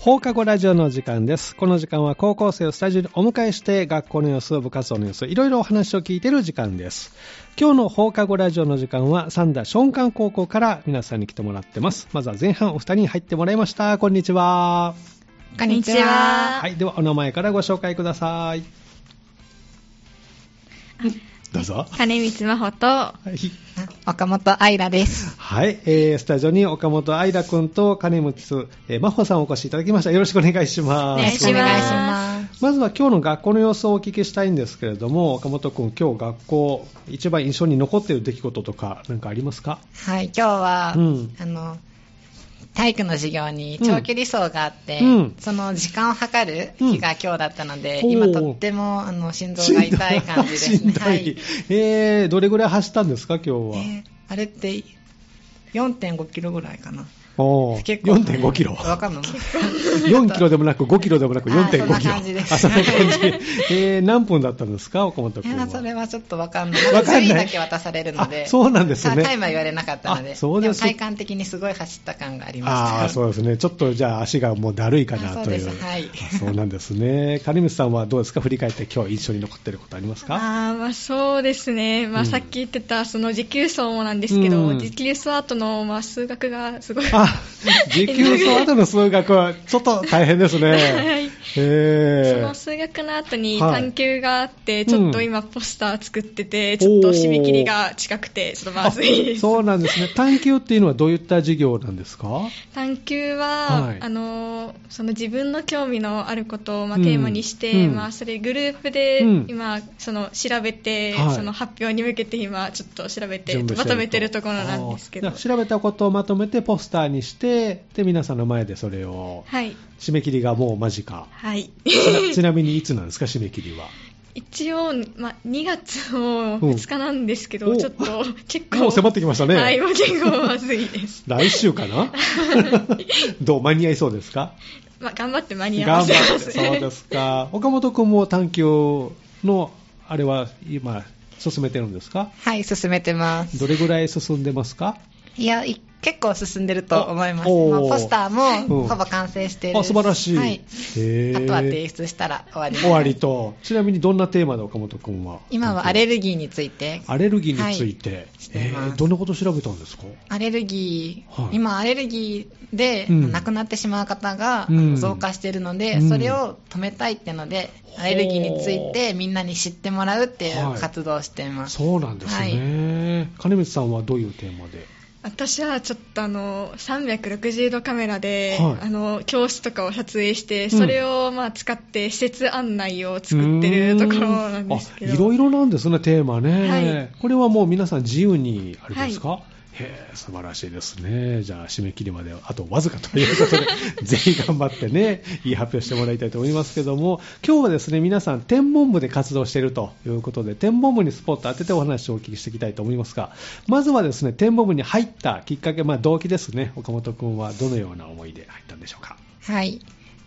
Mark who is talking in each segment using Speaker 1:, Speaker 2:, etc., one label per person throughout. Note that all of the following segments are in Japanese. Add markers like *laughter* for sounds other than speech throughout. Speaker 1: 放課後ラジオの時間です。この時間は高校生をスタジオにお迎えして学校の様子、部活動の様子、いろいろお話を聞いている時間です。今日の放課後ラジオの時間は三田松漢高校から皆さんに来てもらってます。まずは前半お二人に入ってもらいました。こんにちは。
Speaker 2: こんにちは。
Speaker 1: はい、ではお名前からご紹介ください。どうぞ。
Speaker 2: 金光真帆と、
Speaker 1: はい
Speaker 2: 岡本愛らです。
Speaker 1: はい、えー、スタジオに岡本愛楽君と金持えー、真帆さんお越しいただきました。よろしくお願いし
Speaker 2: お
Speaker 1: ます。
Speaker 2: 願いし
Speaker 3: よろくお願いし
Speaker 2: ます。
Speaker 1: まずは今日の学校の様子をお聞きしたいんですけれども、岡本君、今日学校、一番印象に残っている出来事とか、なんかありますか
Speaker 3: はい、今日は、
Speaker 1: うん
Speaker 3: あの体育の授業に長距離走があって、
Speaker 1: うん
Speaker 3: その時間を測る日が今日だったので、
Speaker 1: うん
Speaker 3: 今
Speaker 1: ほう
Speaker 3: とってもあの心臓が痛い感じで
Speaker 1: *laughs*
Speaker 3: す
Speaker 1: しん
Speaker 3: ね。
Speaker 1: どい
Speaker 3: はい、
Speaker 1: えー、どれぐらい走ったんですか、今日は。
Speaker 3: えーあれって4.5キロぐらいかな。
Speaker 1: おー
Speaker 3: 結構
Speaker 1: 4.5キロ。
Speaker 3: わかんない。
Speaker 1: 4キロでもなく、5キロでもなく、
Speaker 3: あ
Speaker 1: 4.5
Speaker 3: ー
Speaker 1: キロ。
Speaker 3: そんな感じです
Speaker 1: あそんな感じ。えー、何分だったんですか、岡本
Speaker 3: *laughs* い
Speaker 1: 君
Speaker 3: や
Speaker 1: は。
Speaker 3: それはちょっとわかんない。
Speaker 1: わかんない
Speaker 3: 順位だけ渡されるので。
Speaker 1: あそうなんですね
Speaker 3: タイムは言われなかったの
Speaker 1: あ
Speaker 3: で。
Speaker 1: そうです
Speaker 3: も体感的にすごい走った感がありました。
Speaker 1: ああ、そうですね。ちょっとじゃあ足がもうだるいかな
Speaker 3: あ
Speaker 1: と
Speaker 3: そう
Speaker 1: い
Speaker 3: で
Speaker 1: う。
Speaker 3: すはい
Speaker 1: あ *laughs* そうなんですね。金光さんはどうですか振り返って今日印象に残っていることありますか
Speaker 4: あーまあそうですね、
Speaker 1: う
Speaker 4: まあ、
Speaker 1: ん
Speaker 4: さっき言ってたその持久走もなんですけど、
Speaker 1: うん
Speaker 4: 持久走後のまあ数学がすごい、
Speaker 1: あ、時給走後の数学はちょっと大変ですね。
Speaker 4: はいそ
Speaker 1: へ
Speaker 4: の数学の後に
Speaker 1: はい
Speaker 4: 探究があって、
Speaker 1: ん
Speaker 4: ちょっと今、ポスター作ってて、ちょっと締め切りが近くて、ちょっとまずい
Speaker 1: え。
Speaker 4: です。
Speaker 1: そうなんですね。探究っていうのはどういった授業なんですか
Speaker 4: 探究は、
Speaker 1: はい
Speaker 4: あのーその自分の興味のあることをまあ
Speaker 1: うん
Speaker 4: テーマにして、
Speaker 1: うん
Speaker 4: まあ、それグループで
Speaker 1: うん
Speaker 4: 今、その調べて、
Speaker 1: はい
Speaker 4: その発表に向けて今ちょっと調べて
Speaker 1: 準備して
Speaker 4: まとめてるところなんですけど
Speaker 1: あーじゃあ調べたことをまとめてポスターにして、で、皆さんの前でそれを、
Speaker 4: はい
Speaker 1: 締め切りがもう間近。
Speaker 4: はい
Speaker 1: ち
Speaker 4: *laughs*
Speaker 1: なちなみにいつなんですか、締め切りは。
Speaker 4: 一応、まあ、2月の
Speaker 1: うん
Speaker 4: 2日なんですけど、
Speaker 1: お
Speaker 4: ちょっ
Speaker 1: *laughs*
Speaker 4: と結構
Speaker 1: もう迫ってきましたね。
Speaker 4: はいもう結構まずいです、
Speaker 1: 来週か
Speaker 3: *laughs*
Speaker 1: などう間に合いそうですか
Speaker 4: まあ、頑張って間に合わ
Speaker 1: 頑
Speaker 4: せ
Speaker 1: 張
Speaker 4: ま
Speaker 1: っ
Speaker 4: す
Speaker 1: て。そうですか。岡本君も探究の、あれは今、進めてるんですか
Speaker 3: はい、進めてます。
Speaker 1: どれぐらい進んでますか
Speaker 3: いや、い結構進んでると思います。
Speaker 1: お
Speaker 3: まあ
Speaker 1: おー
Speaker 3: ポスター
Speaker 1: うん
Speaker 3: もほぼ完成している。
Speaker 1: あ、素晴らしい。
Speaker 3: はい。
Speaker 1: へ
Speaker 3: あ
Speaker 1: ー
Speaker 3: とは提出したら終わりです
Speaker 1: 終わりと。ちなみにどんなテーマで岡本君は
Speaker 3: 今はアレルギーについて。
Speaker 1: アレルギーについて、
Speaker 3: して
Speaker 1: え
Speaker 3: ます
Speaker 1: ーどんなこと調べたんですか
Speaker 3: アレルギー、
Speaker 1: はい
Speaker 3: 今アレルギーで
Speaker 1: うん
Speaker 3: 亡くなってしまう方が
Speaker 1: うん
Speaker 3: 増加しているので、
Speaker 1: うん
Speaker 3: それを止めたいってので、
Speaker 1: ほう
Speaker 3: アレルギーについてみんなに知ってもらうってい
Speaker 1: はいう
Speaker 3: 活動をしています。
Speaker 1: そうなんですね。金光さんはどういうテーマで
Speaker 4: *laughs* 私はちょっとあの360度カメラで、
Speaker 1: はい
Speaker 4: あの教室とかを撮影して、
Speaker 1: ん
Speaker 4: それをまあ使って施設案内を作ってるところなんですけど
Speaker 1: あいろいろなんですね、テーマね。
Speaker 4: は
Speaker 1: これはもう皆さん自由に、あれですか、へえ素晴らしいですね。じゃあ、締め切りまであとわずかということ
Speaker 4: *laughs*
Speaker 1: で、ぜひ頑張ってね、いい発表してもらいたいと思いますけども、今日はですね、皆さん、天文部で活動しているということで、天文部にスポット当ててお話をお聞きしていきたいと思いますが、まずはですね、天文部に入ったきっかけ、まあ、動機ですね、岡本君はどのような思いで入ったんでしょうか。
Speaker 3: はい。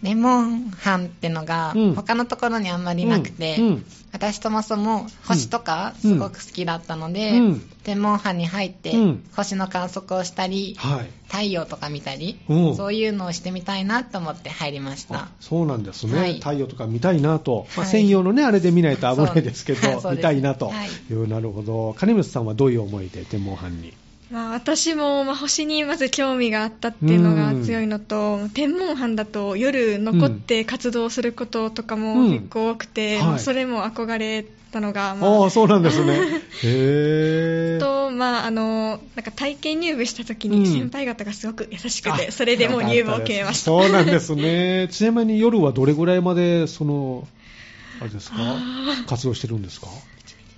Speaker 3: レモン班ってのが
Speaker 1: うん
Speaker 3: 他のところにあんまりなくて、
Speaker 1: うんうん
Speaker 3: 私ともそも星とか
Speaker 1: うん
Speaker 3: すごく好きだったので、
Speaker 1: うん
Speaker 3: 天文班に入って
Speaker 1: うん
Speaker 3: 星の観測をしたり、
Speaker 1: はい
Speaker 3: 太陽とか見たり、
Speaker 1: うん
Speaker 3: そういうのをしてみたいなと思って入りました
Speaker 1: あ。そうなんですね、
Speaker 3: はい
Speaker 1: 太陽とか見たいなと、まあ
Speaker 3: はい
Speaker 1: 専用のね、あれで見ないと危ないですけ
Speaker 3: そう
Speaker 1: ど、
Speaker 3: そうです
Speaker 1: 見たいなと
Speaker 3: はい
Speaker 1: いう、なるほど、金光さんはどういう思いで、天文班に。
Speaker 4: まあ、私も、まあ、星にまず興味があったっていうのが
Speaker 1: うん
Speaker 4: 強いのと天文班だと夜残って活動することとかも結構多くて、
Speaker 1: うんはい
Speaker 4: まあそれも憧れたのが、ま
Speaker 1: あ
Speaker 4: あ
Speaker 1: あ、そうなんですね。へー
Speaker 4: とまあ、あのなんか体験入部した時
Speaker 1: うん
Speaker 4: に先輩方がすごく優しくて、
Speaker 1: あ
Speaker 4: それでもう入部を決めました
Speaker 1: そうなんですね。ちなみに夜はどれぐらいまで、その、あれですか、活動してるんですか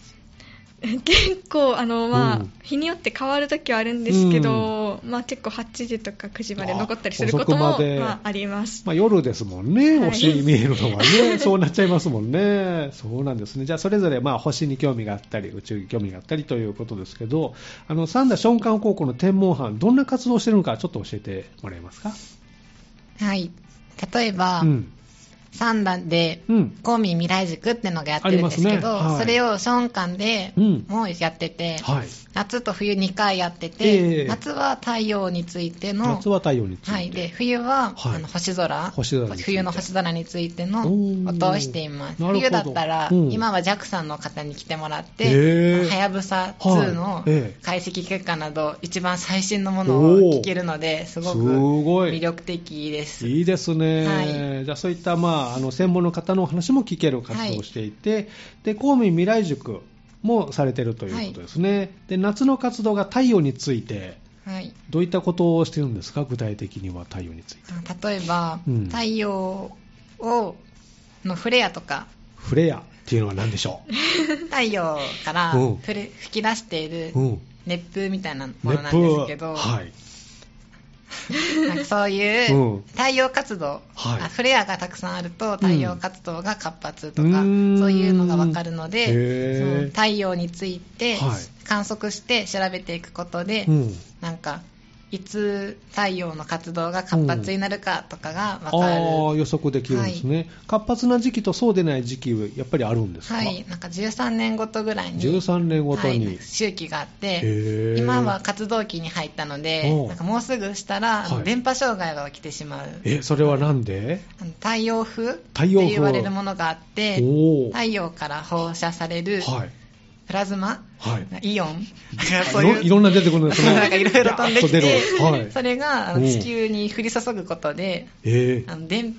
Speaker 4: *laughs* 結構あの、まあ
Speaker 1: うん
Speaker 4: 日によって変わる時はあるんですけど、まあ、結構8時とか9時まで残ったりすること
Speaker 1: あ
Speaker 4: も
Speaker 1: 遅くまで
Speaker 4: まあ、あります。
Speaker 1: まあ、夜ですもんね、
Speaker 4: はい
Speaker 1: 星見えるのは
Speaker 3: *laughs*
Speaker 1: ね、そうなっちゃいますもんね、そうなんですね、じゃあ、それぞれまあ星に興味があったり、宇宙に興味があったりということですけど、あの三田松漢高校の天文班、どんな活動をしてるのか、ちょっと教えてもらえますか。
Speaker 3: はい。例えば、
Speaker 1: うん
Speaker 3: 三段で、
Speaker 1: うん。
Speaker 3: 公民未来塾ってのがやってるんです
Speaker 1: あ
Speaker 3: け
Speaker 1: り
Speaker 3: ど、
Speaker 1: ますねはい
Speaker 3: それを小間で
Speaker 1: うん
Speaker 3: もうやってて、
Speaker 1: はい。
Speaker 3: 夏と冬2回やってて、
Speaker 1: ええ
Speaker 3: 夏は太陽についての、
Speaker 1: 夏は太陽について。
Speaker 3: はい、で冬は、
Speaker 1: はい
Speaker 3: あの星空
Speaker 1: 星空について
Speaker 3: 冬の星空についての
Speaker 1: おー
Speaker 3: 音をしています
Speaker 1: なるほど
Speaker 3: 冬だったら、
Speaker 1: うん
Speaker 3: 今は JAXA の方に来てもらって、
Speaker 1: へー
Speaker 3: はやぶさ2
Speaker 1: はい
Speaker 3: の
Speaker 1: ええ
Speaker 3: 解析結果など、一番最新のもの
Speaker 1: お
Speaker 3: を
Speaker 1: ー
Speaker 3: 聞けるのですごく
Speaker 1: すごい
Speaker 3: 魅力的です
Speaker 1: いいですね、
Speaker 3: は
Speaker 1: じゃあそういった、まあ、あの専門の方のお話も聞ける活動をしていて、で公民未来塾もされているということですね、で夏の活動が太陽について
Speaker 3: はい、
Speaker 1: どういったことをしてるんですか具体的には太陽について
Speaker 3: 例えば、
Speaker 1: うん
Speaker 3: 太陽をのフレア
Speaker 1: *laughs*
Speaker 3: とか
Speaker 1: フレアっていうのは何でしょ
Speaker 3: 太陽から
Speaker 1: うん
Speaker 3: ふれ吹き出している
Speaker 1: う、うん、
Speaker 3: 熱風みたいなものなん
Speaker 1: 熱
Speaker 3: です
Speaker 1: 風
Speaker 3: けど、
Speaker 1: はい
Speaker 3: なんかそうい
Speaker 1: うん
Speaker 3: う太陽活動、
Speaker 1: はい
Speaker 3: あフレアがたくさんあると太陽活動が活発とか、
Speaker 1: うーん
Speaker 3: そういうのが分かるの
Speaker 1: へ
Speaker 3: で
Speaker 1: ー
Speaker 3: その太陽について
Speaker 1: はい
Speaker 3: 観測して調べていくことで、
Speaker 1: うん、
Speaker 3: なんかいつ太陽の活動が活発になるかとかが
Speaker 1: あ
Speaker 3: 分かる、
Speaker 1: ー予測できるんですね、活発な時期とそうでない時期はやっぱりあるんですか、
Speaker 3: はい、なんか13年ごとぐらいに
Speaker 1: 13年ごとに、
Speaker 3: はい、周期があっ
Speaker 1: へ
Speaker 3: て
Speaker 1: ー
Speaker 3: 今は活動期に入ったので
Speaker 1: おう
Speaker 3: なんかもうすぐしたら、
Speaker 1: はい
Speaker 3: 電波障害が起きてしまう
Speaker 1: えそれはなんで
Speaker 3: あの太陽風って
Speaker 1: 太陽風
Speaker 3: 言われるものがあって
Speaker 1: おー
Speaker 3: 太陽から放射される
Speaker 1: はい
Speaker 3: プラズマ、
Speaker 1: はい
Speaker 3: イオン *laughs*
Speaker 1: いろいろんな出てくるんですね。
Speaker 3: なんかいろいろ飛んでき
Speaker 1: ビャーッと出
Speaker 3: て、
Speaker 1: るはい。
Speaker 3: *laughs* それがあ
Speaker 1: う
Speaker 3: の
Speaker 1: ん
Speaker 3: 地球に降り注ぐことで、
Speaker 1: えー
Speaker 3: あの電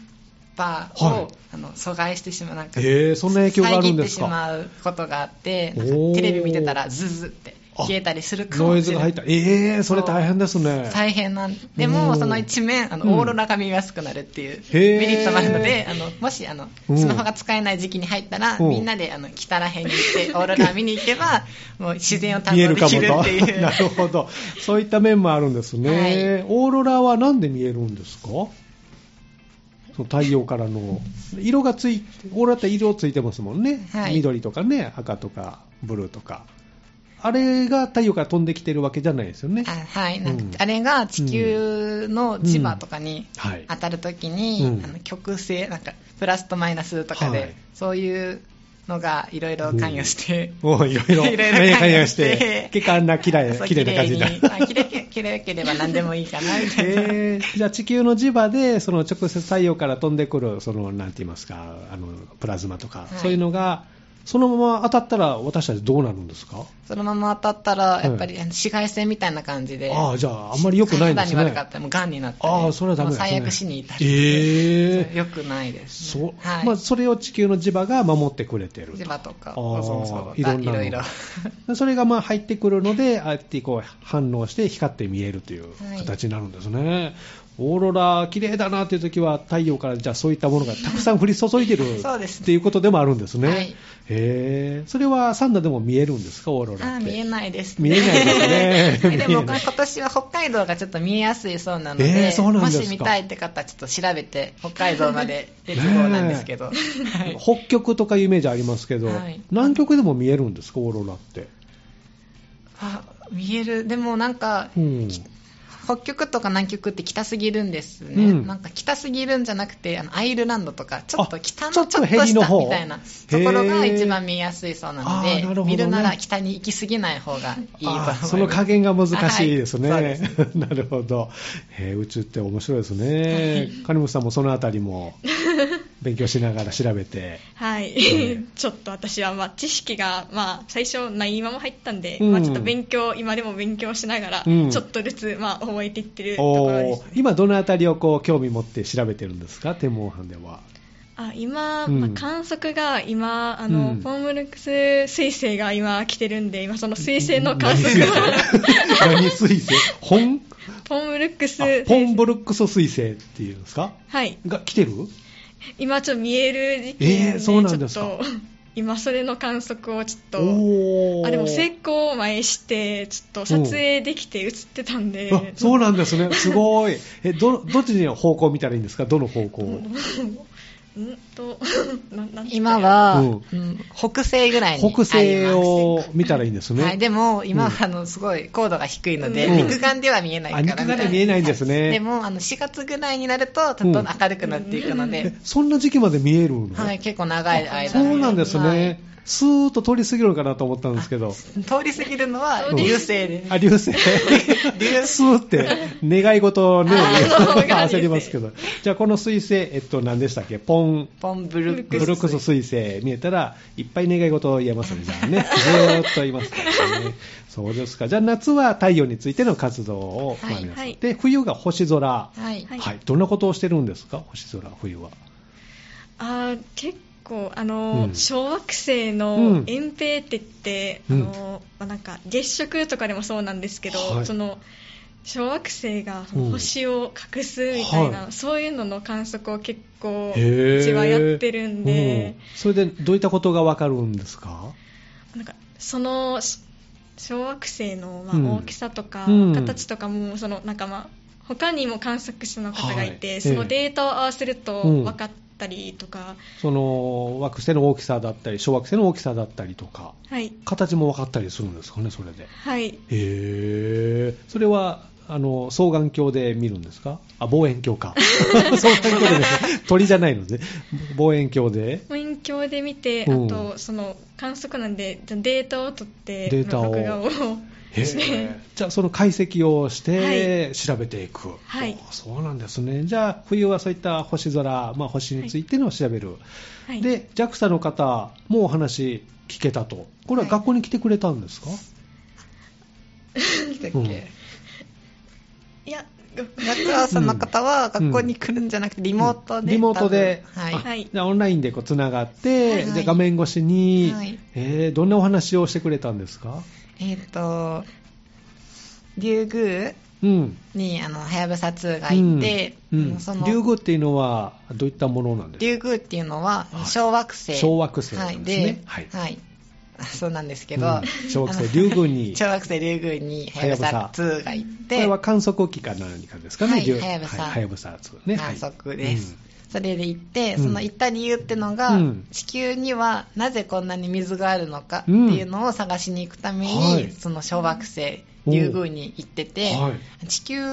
Speaker 3: 波を、
Speaker 1: はい
Speaker 3: あの阻害してしまうなんか、
Speaker 1: えーそんな影響があるんですか。
Speaker 3: 遮ってしまうことがあってなんか
Speaker 1: おー
Speaker 3: テレビ見てたらズズって消えたりするか
Speaker 1: ノ
Speaker 3: も
Speaker 1: イ
Speaker 3: し
Speaker 1: ズ
Speaker 3: れ
Speaker 1: が入
Speaker 3: ない
Speaker 1: った。えー、それ大変ですね。
Speaker 3: 大変なんで
Speaker 1: お
Speaker 3: も
Speaker 1: ー
Speaker 3: その一面あ
Speaker 1: うん
Speaker 3: のオーロラが見やすくなるっていう
Speaker 1: へー
Speaker 3: メリットもあるので、あのもしあの
Speaker 1: うん
Speaker 3: スマホが使えない時期に入ったら、
Speaker 1: うん
Speaker 3: みんなであの北ら辺に
Speaker 1: *laughs*
Speaker 3: 行ってオーロラ見に行けばもう自然を堪
Speaker 1: 見え
Speaker 3: 能
Speaker 1: る
Speaker 3: で
Speaker 1: か
Speaker 3: き
Speaker 1: も
Speaker 3: るってい
Speaker 1: と。
Speaker 3: う
Speaker 1: *laughs* なるほど。そういった面もあるんですね。オーロラはなんで見えるんですかその太陽からの色がついオーロラって色ついてますもんね、
Speaker 3: はい
Speaker 1: 緑とかね赤とかブルーとかあれが太陽から飛んできてるわけじゃないですよね
Speaker 3: *laughs* あはいなんか
Speaker 1: うん
Speaker 3: あれが地球の磁場とかに
Speaker 1: はい
Speaker 3: 当たるときに、
Speaker 1: うん
Speaker 3: あの極性なんかプラスとマイナスとかで、
Speaker 1: はい
Speaker 3: そういうのがいろいろ関与して。
Speaker 1: もういろいろ、 *laughs*
Speaker 3: いろいろ
Speaker 1: ね関
Speaker 3: 関
Speaker 1: 与
Speaker 3: 与
Speaker 1: し
Speaker 3: してて、
Speaker 1: 結果あんな綺麗、
Speaker 3: そう
Speaker 1: 綺麗な感じになる
Speaker 3: 綺。麗にあ綺麗け綺麗ければ何でもいいかなみたいな。
Speaker 1: えーじゃあ地球の磁場でその直接太陽から飛んでくるそのなんて言いますかあのプラズマとか、
Speaker 3: はい
Speaker 1: そういうのがそのまま当たったら私たちどうなるんですか、
Speaker 3: そのまま当たったら、
Speaker 1: うん
Speaker 3: やっぱりあの紫外線みたいな感じで、
Speaker 1: ああじゃああんまり良くないんです
Speaker 3: 肌に悪か
Speaker 1: ね
Speaker 3: ったら、もうがんになったり、
Speaker 1: ああそれはダメで
Speaker 3: もう
Speaker 1: すね
Speaker 3: 最悪死に至る
Speaker 1: えー
Speaker 3: よくないです、
Speaker 1: そ
Speaker 3: ね。はい
Speaker 1: まあ、それを地球の磁場が守ってくれてる
Speaker 3: 磁場とか、
Speaker 1: あー
Speaker 3: オゾン層
Speaker 1: いろ
Speaker 3: が
Speaker 1: ん
Speaker 3: い
Speaker 1: なの
Speaker 3: ろい
Speaker 1: *laughs*
Speaker 3: ろ。
Speaker 1: でそれがまあ入ってくるので、ああやってこう反応して光って見えるという
Speaker 3: はい
Speaker 1: 形になるんですね。オーロラ綺麗だなという時は太陽からじゃあそういったものがたくさん降り注いでる
Speaker 3: *laughs* そうですね
Speaker 1: っていうことでもあるんですね。
Speaker 3: はい
Speaker 1: へえ。それはサンダでも見えるんですかオーロ
Speaker 3: あ
Speaker 1: ラっ
Speaker 3: ー
Speaker 1: て。
Speaker 3: 見えないです
Speaker 1: 見えないですね
Speaker 3: *laughs* で
Speaker 1: 見え
Speaker 3: も
Speaker 1: な
Speaker 3: 今
Speaker 1: い
Speaker 3: 年は北海道がちょっと見えやすいそうなので,、
Speaker 1: えーそうなんですか
Speaker 3: もし見たいって方はちょっと調べて北海道まで出てそうなんですけど、
Speaker 1: *laughs*
Speaker 3: はい
Speaker 1: 北極とかいうイメージありますけど、
Speaker 3: はい
Speaker 1: 南極でも見えるんですかオーロラって。
Speaker 3: あ見えるでもなんか
Speaker 1: うん。
Speaker 3: 北極とか南極って北すぎるんですね、
Speaker 1: うん
Speaker 3: なんか北すぎるんじゃなくてあのアイルランドとかちょっ
Speaker 1: あ
Speaker 3: と北の
Speaker 1: ち
Speaker 3: ち
Speaker 1: ょ
Speaker 3: ょ
Speaker 1: っ
Speaker 3: っ
Speaker 1: と
Speaker 3: と
Speaker 1: ヘリの
Speaker 3: 下
Speaker 1: 方
Speaker 3: みたいなところが一番見えやすいそうなの
Speaker 1: へー
Speaker 3: で
Speaker 1: あーなるほどね
Speaker 3: 見るなら北に行き過ぎない方がいいと思
Speaker 1: あ
Speaker 3: いま
Speaker 1: ー
Speaker 3: す
Speaker 1: その加減が難しいですね。
Speaker 3: あはいそう
Speaker 1: *laughs* なるほど、えー宇宙って面白いですね。金本さんもそのあたり
Speaker 4: *laughs*
Speaker 1: も勉強しながら調べて。
Speaker 4: はい、
Speaker 1: え
Speaker 4: *laughs* ちょっと私は、まあ、知識が、まあ、最初ないまま入ったんで、
Speaker 1: うん
Speaker 4: まあ、ちょっと勉強今でも勉強しながら、
Speaker 1: うん
Speaker 4: ちょっとずつ、まあ、覚えていってるところで
Speaker 1: おー
Speaker 4: す
Speaker 1: 今どのあたりをこう興味持って調べてるんですか天文班では。
Speaker 4: あ今、
Speaker 1: うん
Speaker 4: まあ観測が今あの、
Speaker 1: うん
Speaker 4: ポンムルクス彗星が今来てるんで今その彗星の観測を
Speaker 1: 何彗星何彗星本
Speaker 4: *laughs* ポンムルクス
Speaker 1: あポンブルックス彗星っていうんですか
Speaker 4: はい
Speaker 1: が来てる
Speaker 4: 今ちょっと見える時期
Speaker 1: えーそうなんです
Speaker 4: ち
Speaker 1: か
Speaker 4: ょっと今それの観測をちょっと
Speaker 1: おー
Speaker 4: あでも成功を前してちょっと撮影できて映ってたんで
Speaker 1: あそうなんですね。すごい。え、ど、どっちの方向を見たらいいんですかどの方向を。
Speaker 4: うんと *laughs* ななんて
Speaker 3: 今は、
Speaker 1: うん
Speaker 3: うん北西ぐらいにありま
Speaker 1: 北
Speaker 3: す
Speaker 1: 西を見たらいいんですね。
Speaker 3: はい、でも今
Speaker 1: うん
Speaker 3: はあのすごい高度が低いので、
Speaker 1: うん
Speaker 3: 肉眼では見えないか
Speaker 1: あ、
Speaker 3: ら
Speaker 1: 肉眼で見えないんですね。
Speaker 3: でもあの4月ぐらいになるとどんどん明るくなっていくの
Speaker 1: え
Speaker 3: で、
Speaker 1: そんな時期まで見えるの、
Speaker 3: はい、結構長い間
Speaker 1: そうなんですね、
Speaker 3: はい
Speaker 1: スーッと通り過ぎるのかなと思ったんですけど、
Speaker 3: 通り過ぎるのは
Speaker 1: うん
Speaker 3: *laughs* 流星で
Speaker 1: あ、流星。スーって、願い事をね、 *laughs* 焦りますけど。じゃあ、この水星、えっと、何でしたっけポン、
Speaker 3: ポンブ
Speaker 1: ブ
Speaker 3: ル
Speaker 1: ル
Speaker 3: ックス
Speaker 1: ックス水星見えたら、いっぱい願い事を言えますね。じゃあね、ずーっと言いますからね。そうですか。じゃあ、夏は太陽についての活動を、まあ
Speaker 3: はい
Speaker 1: 皆さん
Speaker 4: はい
Speaker 1: で、冬が星空。は、
Speaker 3: はい、
Speaker 4: はいい
Speaker 1: どんなことをしてるんですか星空、冬は。
Speaker 4: あー結構あの、
Speaker 1: うん
Speaker 4: 小惑星
Speaker 1: うん
Speaker 4: の遠平って言って、
Speaker 1: うん
Speaker 4: あのまあなんか月食とかでもそうなんですけど、
Speaker 1: はい
Speaker 4: その小惑星がそ
Speaker 1: うん
Speaker 4: の星を隠すみたいな、
Speaker 1: はい
Speaker 4: そういうのの観測を結構
Speaker 1: へー
Speaker 4: うちはやってるんで、
Speaker 1: うんそれで、どういったことがわかるんですか
Speaker 4: なんかそのし小惑星の
Speaker 1: う
Speaker 4: ま
Speaker 1: ん
Speaker 4: あ大きさとか
Speaker 1: うん
Speaker 4: 形とかもそのなんかまあ他にも観測士の方がいて、
Speaker 1: はい
Speaker 4: そ
Speaker 1: ええ
Speaker 4: のデータを合わせると
Speaker 1: うん
Speaker 4: 分かったりとか、
Speaker 1: その、惑星の大きさだったり、小惑星の大きさだったりとか。
Speaker 4: はい
Speaker 1: 形も分かったりするんですかね、それで。
Speaker 4: はい
Speaker 1: へーそれはあの双眼鏡で見るんですかあ望遠鏡
Speaker 4: *laughs*
Speaker 1: か双眼鏡で見る鳥じゃないので望遠鏡で
Speaker 4: 勉強で見て、
Speaker 1: うん
Speaker 4: あとその観測なんでデータを取って
Speaker 1: データを
Speaker 4: 録画を
Speaker 1: へー *laughs* じゃあその解析をして調べていく、
Speaker 4: はい
Speaker 1: おそうなんですねじゃあ冬はそういった星空、まあ、星についてのを調べる、
Speaker 4: はい
Speaker 1: で JAXA の方もお話聞けたとこれは学校に来てくれたんですか、
Speaker 3: だっ
Speaker 1: うん
Speaker 3: け
Speaker 4: いや
Speaker 3: 夏はその方は学校に来るんじゃなくてリモートで、
Speaker 1: リモートで、
Speaker 3: 多分はい、
Speaker 1: あ
Speaker 4: はい
Speaker 1: じゃあオンラインでこうつながって、
Speaker 3: はい
Speaker 1: じゃあ画面越しに、
Speaker 3: はい
Speaker 1: えーどんなお話をしてくれたんですか、
Speaker 3: えっ、とリュウグ
Speaker 1: うん
Speaker 3: ウにあのはやぶさ2がいて、
Speaker 1: うん
Speaker 3: あ
Speaker 1: う
Speaker 3: の
Speaker 1: ん
Speaker 3: その
Speaker 1: 竜宮っていうのはどういったものなんですか
Speaker 3: リュウグウっていうのは
Speaker 1: はい
Speaker 3: 小惑星、
Speaker 1: 小惑星な
Speaker 3: はい
Speaker 1: んですね
Speaker 3: で、はいそうなんですけ
Speaker 1: う
Speaker 3: ど、
Speaker 1: ん小惑星竜宮
Speaker 3: *laughs*
Speaker 1: に
Speaker 3: 小惑星リュウグウにはやぶさ2がいて
Speaker 1: これは観測機か何かですかね、
Speaker 3: はい
Speaker 1: 竜
Speaker 3: はやぶさ
Speaker 1: はいはやぶさ2ね
Speaker 3: 観測です、それで行って
Speaker 1: うん
Speaker 3: その行った理由ってのが、
Speaker 1: うん
Speaker 3: 地球にはなぜこんなに水があるのかっていうのを探しに行くために、
Speaker 1: はい
Speaker 3: その小惑星
Speaker 1: お
Speaker 3: リュウグウに行ってて、
Speaker 1: は
Speaker 3: 地球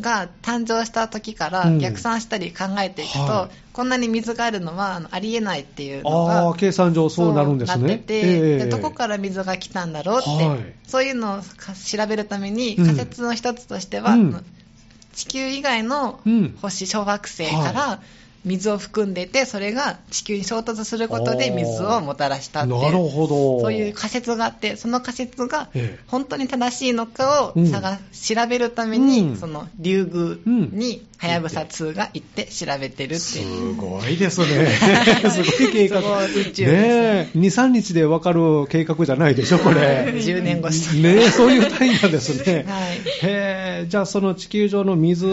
Speaker 3: が誕生した時から
Speaker 1: うん
Speaker 3: 逆算したり考えていくと、
Speaker 1: はい
Speaker 3: こんなに水があるのはあのありえないっていうの
Speaker 1: あ
Speaker 3: が
Speaker 1: あ計算上そうなるんです
Speaker 3: そうな
Speaker 1: ね
Speaker 3: ってて、でどこから水が来たんだろうって、
Speaker 1: はい
Speaker 3: そういうのをか調べるために
Speaker 1: うん
Speaker 3: 仮説の一つとしては、
Speaker 1: うん
Speaker 3: 地球以外の
Speaker 1: うん
Speaker 3: *laughs* 星小惑星から水を含んでてそれが地球に衝突することで水をもたらしたってい
Speaker 1: なる
Speaker 3: う
Speaker 1: ほど
Speaker 3: そういう仮説があってその仮説が
Speaker 1: ええ
Speaker 3: 本当に正しいのかを探、調べるため
Speaker 1: うん
Speaker 3: にその竜宮
Speaker 1: うん
Speaker 3: にはやぶさ2が行って調べてるっていう。
Speaker 1: すごいです
Speaker 3: *laughs*
Speaker 1: ね。すごい計画。
Speaker 3: すごい宇宙です
Speaker 1: ねえ、2、3日で分かる計画じゃないでしょ、これ。
Speaker 3: 10年越し
Speaker 1: ねえ、そういう単位なんですね。
Speaker 3: はい
Speaker 1: へえ、じゃあその地球上の水、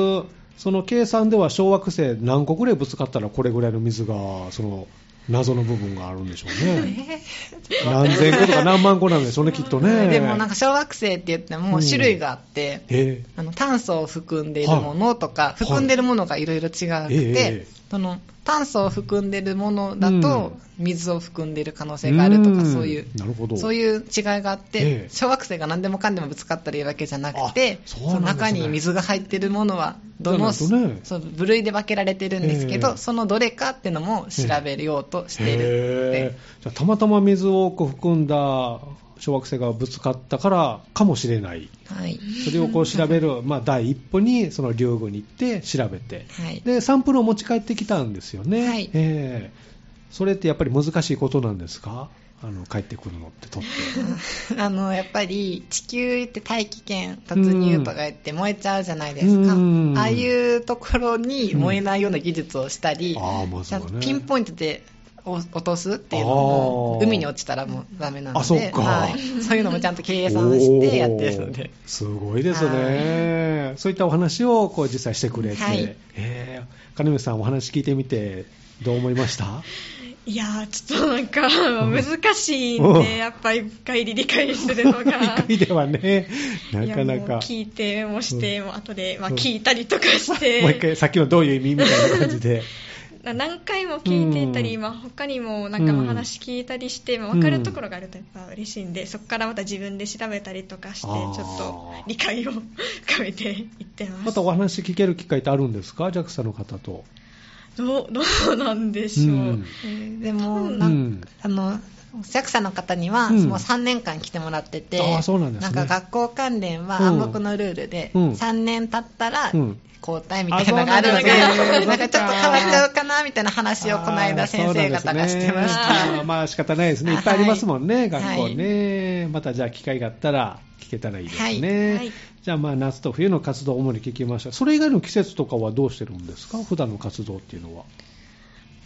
Speaker 1: その計算では小惑星何個ぐらいぶつかったらこれぐらいの水が、その、謎の部分があるんでしょうね。何千個とか何万個なんでしょうね、きっとね。
Speaker 3: でもなんか小惑星って言って
Speaker 1: う
Speaker 3: も
Speaker 1: ん
Speaker 3: 種類があって、
Speaker 1: へえ、
Speaker 3: あの炭素を含んでいるものとか、
Speaker 1: い
Speaker 3: 含んでいるものがいろいろ違くて、
Speaker 1: はいええ
Speaker 3: その炭素を含んでいるものだと水を含んでいる可能性があるとか、
Speaker 1: うん
Speaker 3: そういう
Speaker 1: なるほど
Speaker 3: そういう違いがあって、
Speaker 1: ええ
Speaker 3: 小惑星が何でもかんでもぶつかったりいうわけじゃなくて
Speaker 1: あそうなんですね
Speaker 3: その中に水が入っているものはどの、
Speaker 1: じゃないとね
Speaker 3: そう部類で分けられてるんですけど、
Speaker 1: ええ
Speaker 3: そのどれかっていうのも調べようとしているって
Speaker 1: へーじゃあたまたま水をこう含んだ小惑星がぶつかったからかもしれない
Speaker 3: はい
Speaker 1: それをこう調べる、まあ、第一歩にその竜宮に行って調べて
Speaker 3: はい
Speaker 1: でサンプルを持ち帰ってきたんですよね、
Speaker 3: はい
Speaker 1: えーそれってやっぱり難しいことなんですかあの帰ってくるのってとって
Speaker 3: *laughs* あのやっぱり地球って大気圏突入とか言って燃えちゃうじゃないですか、
Speaker 1: うん
Speaker 3: ああいうところに燃えないような技術をしたり、
Speaker 1: ああまずはね
Speaker 3: ピンポイントで落とすっていうのも
Speaker 1: あー
Speaker 3: 海に落ちたらもうダメなので
Speaker 1: あそっか
Speaker 3: はいそういうのもちゃんと計算してやってるので
Speaker 1: おーすごいですねそういったお話をこう実際してくれて、
Speaker 3: はい
Speaker 1: えー金目さんお話聞いてみてどう思いました
Speaker 4: いやーちょっとなんか難しいん
Speaker 1: うん
Speaker 4: でやっぱり一回理解する
Speaker 1: *laughs*
Speaker 4: のが
Speaker 1: びっくりではね、なか
Speaker 4: いや
Speaker 1: な
Speaker 4: もう
Speaker 1: か。
Speaker 4: 聞いてもして、もう後で、まあ、
Speaker 1: うん
Speaker 4: 聞いたりとかして、
Speaker 1: もう一回、さっきのどういう意味みたいな感じで。
Speaker 4: な何回も聞いていたり、
Speaker 1: うん
Speaker 4: まあ、他にもなんか
Speaker 1: うん
Speaker 4: お話聞いたりして、まあ、分かるところがあるとやっぱ嬉しいんで、そこからまた自分で調べたりとかしてち
Speaker 1: あ
Speaker 4: ょ
Speaker 1: ー
Speaker 4: っと理解を深めていってます
Speaker 1: またお話聞ける機会ってあるんですか JAXA の方と、
Speaker 4: どうどうなんでしょう、
Speaker 1: うん
Speaker 3: でも、
Speaker 1: ん
Speaker 3: なんかあの、JAXA の方には、
Speaker 1: うん
Speaker 3: もう3年間来てもらってて、
Speaker 1: あーそうなんですね
Speaker 3: か学校関連は
Speaker 1: うん
Speaker 3: 暗黙のルールで、
Speaker 1: うん
Speaker 3: 3年経ったら
Speaker 1: うん
Speaker 3: 交代みたいなのがあるので、
Speaker 1: あそうなんですね
Speaker 3: なんかちょっと変わっちゃうかなみたいな話をこの間先生方がしてまし
Speaker 1: あーそうなんですね
Speaker 3: た。
Speaker 1: あーまあ仕方ないですね。いっぱいありますもんね、
Speaker 3: はい
Speaker 1: 学校ね、またじゃあ機会があったら聞けたらいいですね。
Speaker 4: はいはい
Speaker 1: じゃあまあ夏と冬の活動を主に聞きました。それ以外の季節とかはどうしてるんですか普段の活動っていうのは。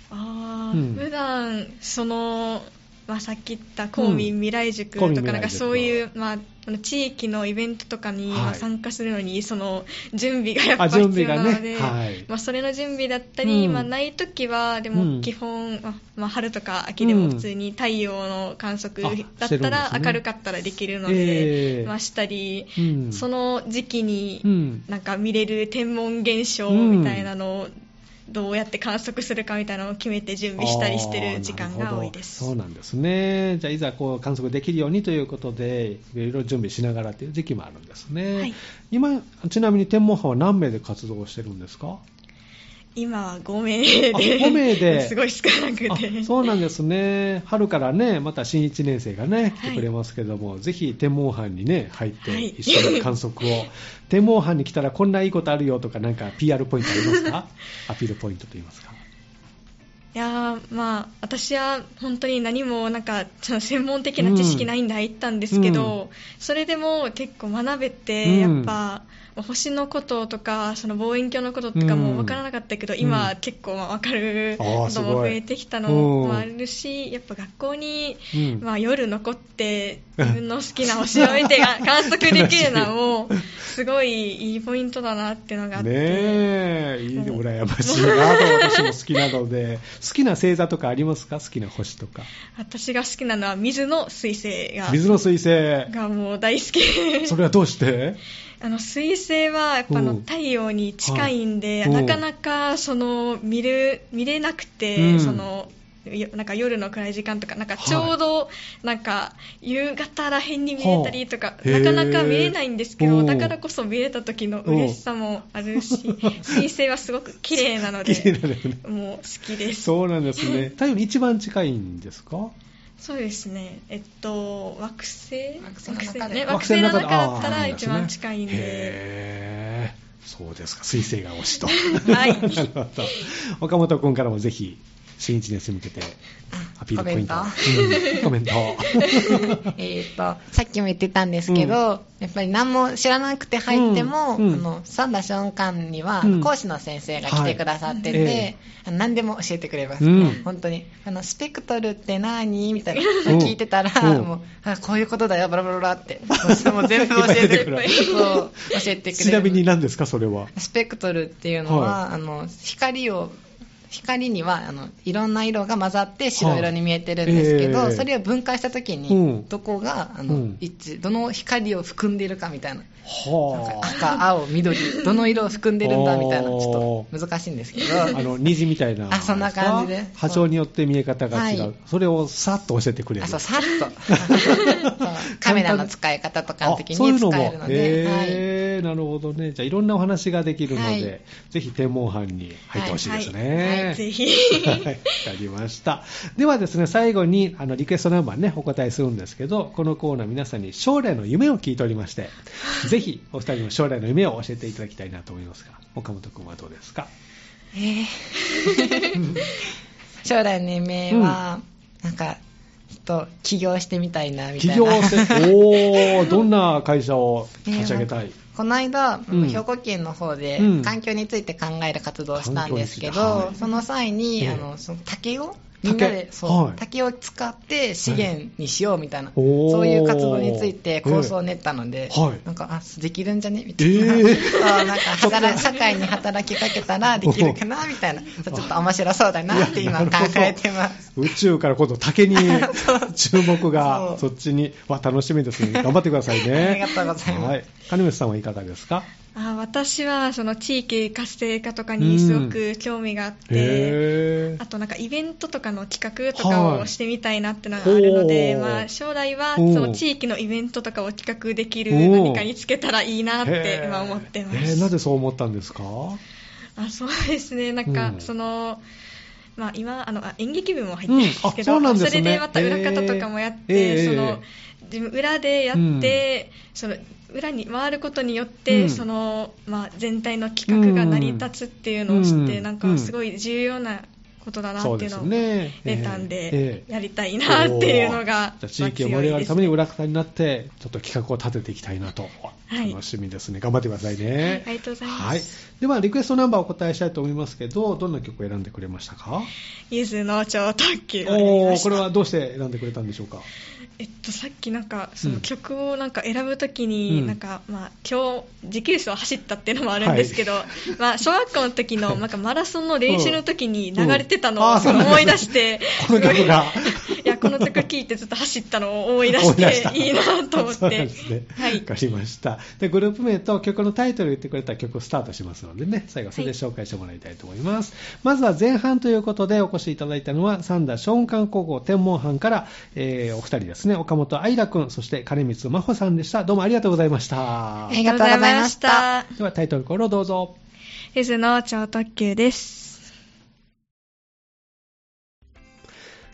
Speaker 4: ああ、
Speaker 1: うん
Speaker 4: 普段その、まあ、さっき言った公
Speaker 1: う
Speaker 4: 民
Speaker 1: ん
Speaker 4: 未来塾
Speaker 1: 公民
Speaker 4: とか
Speaker 1: 未
Speaker 4: なん
Speaker 1: 来
Speaker 4: か
Speaker 1: 塾
Speaker 4: そういう、まあ、あの地域のイベントとかに
Speaker 1: はい
Speaker 4: まあ参加するのに、その準備がやっ
Speaker 1: あ
Speaker 4: ぱ
Speaker 1: 準
Speaker 4: 必
Speaker 1: 備が
Speaker 4: 要な
Speaker 1: ね
Speaker 4: ので、
Speaker 1: はい
Speaker 4: まあ、それの準備だったり、
Speaker 1: うん
Speaker 4: まあ、ないときはで
Speaker 1: う
Speaker 4: も
Speaker 1: ん
Speaker 4: 基本、まあまあ、春とか秋でも
Speaker 1: うん
Speaker 4: 普通に太陽の観測
Speaker 1: あ
Speaker 4: だ
Speaker 1: し
Speaker 4: っ
Speaker 1: てる
Speaker 4: た
Speaker 1: んです
Speaker 4: ら
Speaker 1: ね
Speaker 4: 明るかったらできるので、
Speaker 1: ええ
Speaker 4: まあ、したり、
Speaker 1: うん
Speaker 4: その時期に
Speaker 1: うん。
Speaker 4: なんか見れる天文現象みたいなのをどうやって観測するかみたいなのを決めて準備したりしてる時間が多いで
Speaker 1: あー
Speaker 4: す
Speaker 1: なるほどそうなんですね。じゃあいざこう観測できるようにということで、いろいろ準備しながらという時期もあるんですね。
Speaker 4: はい
Speaker 1: 今、ちなみに天文班は何名で活動してるんですか
Speaker 4: 今は5名で
Speaker 1: あ5名で
Speaker 4: *laughs* すごい少なくて
Speaker 1: あそうなんですね、春からね、また新1年生がね、来てくれますけども、ぜひ天文班にね、入って、
Speaker 4: はい
Speaker 1: 一緒に観
Speaker 4: *laughs*
Speaker 1: 測を、天文班に来たらこんないいことあるよとか、なんか PR ポイントありますか、アピールポイントといいますか。
Speaker 4: いやーまあ私は本当に何もなんかちょっと専門的な知識ないんで入ったんですけど、
Speaker 1: うん
Speaker 4: それでも結構学べて、
Speaker 1: うん
Speaker 4: やっぱ星のこととかその望遠鏡のこととかも分からなかったけど、
Speaker 1: うん
Speaker 4: 今結構まあ分かる
Speaker 1: あ
Speaker 4: こ
Speaker 1: ーす
Speaker 4: と
Speaker 1: ごい
Speaker 4: も増えてきたのもあ
Speaker 1: うん
Speaker 4: るしやっぱ学校に
Speaker 1: うん
Speaker 4: まあ、夜残って自分の好きな星を見てが観測できるのもすごいいいポイントだなっていうのがあって、
Speaker 1: ねえ、いいね、羨ましいなと、私も好きなの
Speaker 4: *laughs*
Speaker 1: で、好きな星座とかありますか、好きな星とか、
Speaker 4: 私が好きなのは水の水星が
Speaker 1: 水の彗
Speaker 4: *laughs*
Speaker 1: 星、
Speaker 4: がもう大好き
Speaker 1: それはどうして
Speaker 4: あの水星はやっぱ
Speaker 1: う
Speaker 4: あの
Speaker 1: ん
Speaker 4: 太陽に近いんで、
Speaker 1: はい
Speaker 4: なかなかその見る見れなくて、
Speaker 1: うん
Speaker 4: そのよなんか夜の暗い時間とかなんか
Speaker 1: はい
Speaker 4: ちょうどなんか夕方らへんに見れたりとか
Speaker 1: は、あへー
Speaker 4: なかなか見れないんですけ
Speaker 1: う
Speaker 4: ど
Speaker 1: ん
Speaker 4: だからこそ見れた時の嬉
Speaker 1: *laughs*
Speaker 4: しさもあるし水星はすごく綺麗なの
Speaker 1: *laughs*
Speaker 4: で
Speaker 1: 綺麗なのね
Speaker 4: もう好きです
Speaker 1: そうなんですね、太陽に一番近いんですか
Speaker 4: そうですね、えっと、惑星
Speaker 3: 惑星の中で
Speaker 4: ね、
Speaker 1: 惑
Speaker 4: 惑
Speaker 1: 星
Speaker 4: 星
Speaker 1: の
Speaker 4: の
Speaker 1: 中で
Speaker 4: 中だった
Speaker 1: あ
Speaker 4: ら
Speaker 1: ー
Speaker 4: 一番近いんで、
Speaker 1: へーそうですか、水星が推しと。 *laughs*
Speaker 4: はい
Speaker 1: なるほど。岡本君からもぜひ、新一年生に向けて、アピールポイント。
Speaker 3: コメ
Speaker 1: うんコメント。
Speaker 4: *laughs*
Speaker 1: *laughs*
Speaker 3: えー、とさっきも言ってたんですけど、やっぱり何も知らなくて入っても、
Speaker 1: うんうん
Speaker 3: あのサンダー瞬間には、
Speaker 1: うん
Speaker 3: 講師の先生が来てくださってて、
Speaker 1: はいえ
Speaker 3: あの何でも教えてくれます、
Speaker 1: うん
Speaker 3: 本当にあのスペクトルって何みたいな
Speaker 1: うん
Speaker 3: 聞いてたら、
Speaker 1: うん
Speaker 3: もうあこういうことだよバラバラバラってもう全部教えてくれるそう教えてくれる
Speaker 1: ちなみに何ですか、それは。
Speaker 3: スペクトルっていうのは、
Speaker 1: は
Speaker 3: あの光を光にはあのいろんな色が混ざって白色に見えてるんですけど、
Speaker 1: はいええ
Speaker 3: それを分解した時に、
Speaker 1: うん
Speaker 3: どこがあ
Speaker 1: う
Speaker 3: の、
Speaker 1: ん
Speaker 3: 一致どの光を含んでいるかみたいななんか
Speaker 1: は
Speaker 3: 赤青緑どの色を含んでるんだみたいなち
Speaker 1: おー
Speaker 3: ょっと難しいんですけど
Speaker 1: あ。あの、虹みたいな。
Speaker 3: あそんな感じで
Speaker 1: 波長によって見え方が違う。
Speaker 3: はい
Speaker 1: それをさっと教えてくれる。
Speaker 3: あそうさっとそう
Speaker 1: *laughs*
Speaker 3: カメラの使い方とかの時
Speaker 1: あそうい
Speaker 3: に
Speaker 1: うも
Speaker 3: 使えるのではい
Speaker 1: へーなるほどね。じゃあいろんなお話ができるので、
Speaker 3: はい
Speaker 1: ぜひ天文班に入ってほしいです
Speaker 4: はい
Speaker 1: ね。
Speaker 4: ぜひ。
Speaker 1: はい、わかりました。ではですね、最後にあのリクエストナンバーね、お答えするんですけど、このコーナー皆さんに将来の夢を聞いておりまして、ぜひお二人の将来の夢を教えていただきたいなと思いますが、岡本君はどうですか
Speaker 3: えー将来の夢は、なんか、ちょっと起業してみたいな、みた
Speaker 1: 起
Speaker 3: いな。
Speaker 1: 業して、おー、どんな会社を立ち上げたい、
Speaker 3: この間、
Speaker 1: うん
Speaker 3: 兵庫県の方で
Speaker 1: うん
Speaker 3: 環境について考える活動をしたんですけど、
Speaker 1: 環境についてはい
Speaker 3: その際に、
Speaker 1: ええ
Speaker 3: あのその竹を
Speaker 1: 竹
Speaker 3: みんなでそう、
Speaker 1: はい
Speaker 3: 竹を使って資源にしようみたいな、
Speaker 1: おー
Speaker 3: そういう活動について構想を練ったので、
Speaker 1: ええはい
Speaker 3: なんかあできるんじゃねみたいな、
Speaker 1: ええ
Speaker 3: *laughs* そうなんか働社会に働きかけたらできるかなみたいなちょっと面白そうだなって今考えてます。
Speaker 1: 宇宙から今度竹
Speaker 4: *laughs*
Speaker 1: に注目がそ
Speaker 3: そ
Speaker 1: っちには楽しみですね頑張ってくださいね
Speaker 4: *laughs*
Speaker 3: ありがとうございます
Speaker 1: はい、金光さんはいかがですか
Speaker 4: あ私はその地域活性化とかにすごく興味があって、
Speaker 1: へ
Speaker 4: あ
Speaker 1: ー
Speaker 4: となんかイベントとかの企画とか
Speaker 1: は
Speaker 4: を
Speaker 1: い
Speaker 4: してみたいなってのがあるので、
Speaker 1: ほう
Speaker 4: まあ、将来はそ
Speaker 1: うん
Speaker 4: の地域のイベントとかを企画できる
Speaker 1: うん
Speaker 4: 何かにつけたらいいなって
Speaker 1: へー
Speaker 4: 今思ってま
Speaker 1: えー
Speaker 4: す
Speaker 1: な。ぜそう思ったんですか
Speaker 4: あそうですね、なんか、
Speaker 1: うん
Speaker 4: その、まあ、今あの、あ演劇部も入ってるんですけ
Speaker 1: う
Speaker 4: ど、
Speaker 1: んあそうなんですね
Speaker 4: れでまた裏方とかもやって、
Speaker 1: えー
Speaker 4: そ
Speaker 1: え
Speaker 4: の自分裏でやって、その裏に回ることによって、
Speaker 1: うん
Speaker 4: そのまあ、全体の企画が成り立つっていうのを知って、
Speaker 1: うん
Speaker 4: なん
Speaker 1: う
Speaker 4: か
Speaker 1: ん
Speaker 4: すごい重要なことだな
Speaker 1: そう
Speaker 4: ってい
Speaker 1: で
Speaker 4: うの
Speaker 1: す
Speaker 4: を
Speaker 1: ね
Speaker 4: 出たんで、
Speaker 1: えーえー
Speaker 4: やりたいなっていうのが、
Speaker 1: じゃあ地域を盛り上がるため
Speaker 4: に
Speaker 1: に裏方になってちょっと企画を立てていきたいなと、
Speaker 4: い
Speaker 1: 楽しみですね頑張ってくださいね、
Speaker 4: はいありがとうございます
Speaker 1: はい、ではリクエストナンバーをお答えしたいと思いますけどどんな曲を選んでくれましたか
Speaker 4: ゆずの超特急をやり
Speaker 1: お
Speaker 4: ま
Speaker 1: ー
Speaker 4: し
Speaker 1: こ
Speaker 4: た
Speaker 1: れはどうして選んでくれたんでしょうか
Speaker 4: えっと、さっきなんかそうの
Speaker 1: ん
Speaker 4: 曲をなんか選ぶとき
Speaker 1: う
Speaker 4: に
Speaker 1: ん
Speaker 4: なんか、まあ、今日持久走を走ったっていうのもあるんですけど、
Speaker 1: は
Speaker 4: まあ、小学校の時のなんかマラソンの練習の時に流れてた
Speaker 1: うん
Speaker 4: の
Speaker 1: あ
Speaker 4: を
Speaker 1: ーそうなんだ
Speaker 4: 思い出して、
Speaker 1: この曲が *laughs*
Speaker 4: すごいいやこの曲聴いてずっと走ったのを思い出
Speaker 1: 思
Speaker 4: し
Speaker 1: い出した
Speaker 4: ていいなと思っ
Speaker 1: そうなん
Speaker 4: て
Speaker 1: ですね。
Speaker 4: は
Speaker 1: わ
Speaker 4: い
Speaker 1: かりました。で、グループ名と曲のタイトルを言ってくれたら曲スタートしますのでね、最後それで紹介してもらいたいと思います。まずは前半ということでお越しいただいたのは、三田松雲館高校天文班から、えーお二人ですね、岡本愛楽くん、そして金光真帆さんでした。どうもありがとうございました。
Speaker 2: ありがとうございました。
Speaker 4: ありがとうございまし
Speaker 1: ではタイトルコールをどうぞ。
Speaker 4: たゆずの超特急です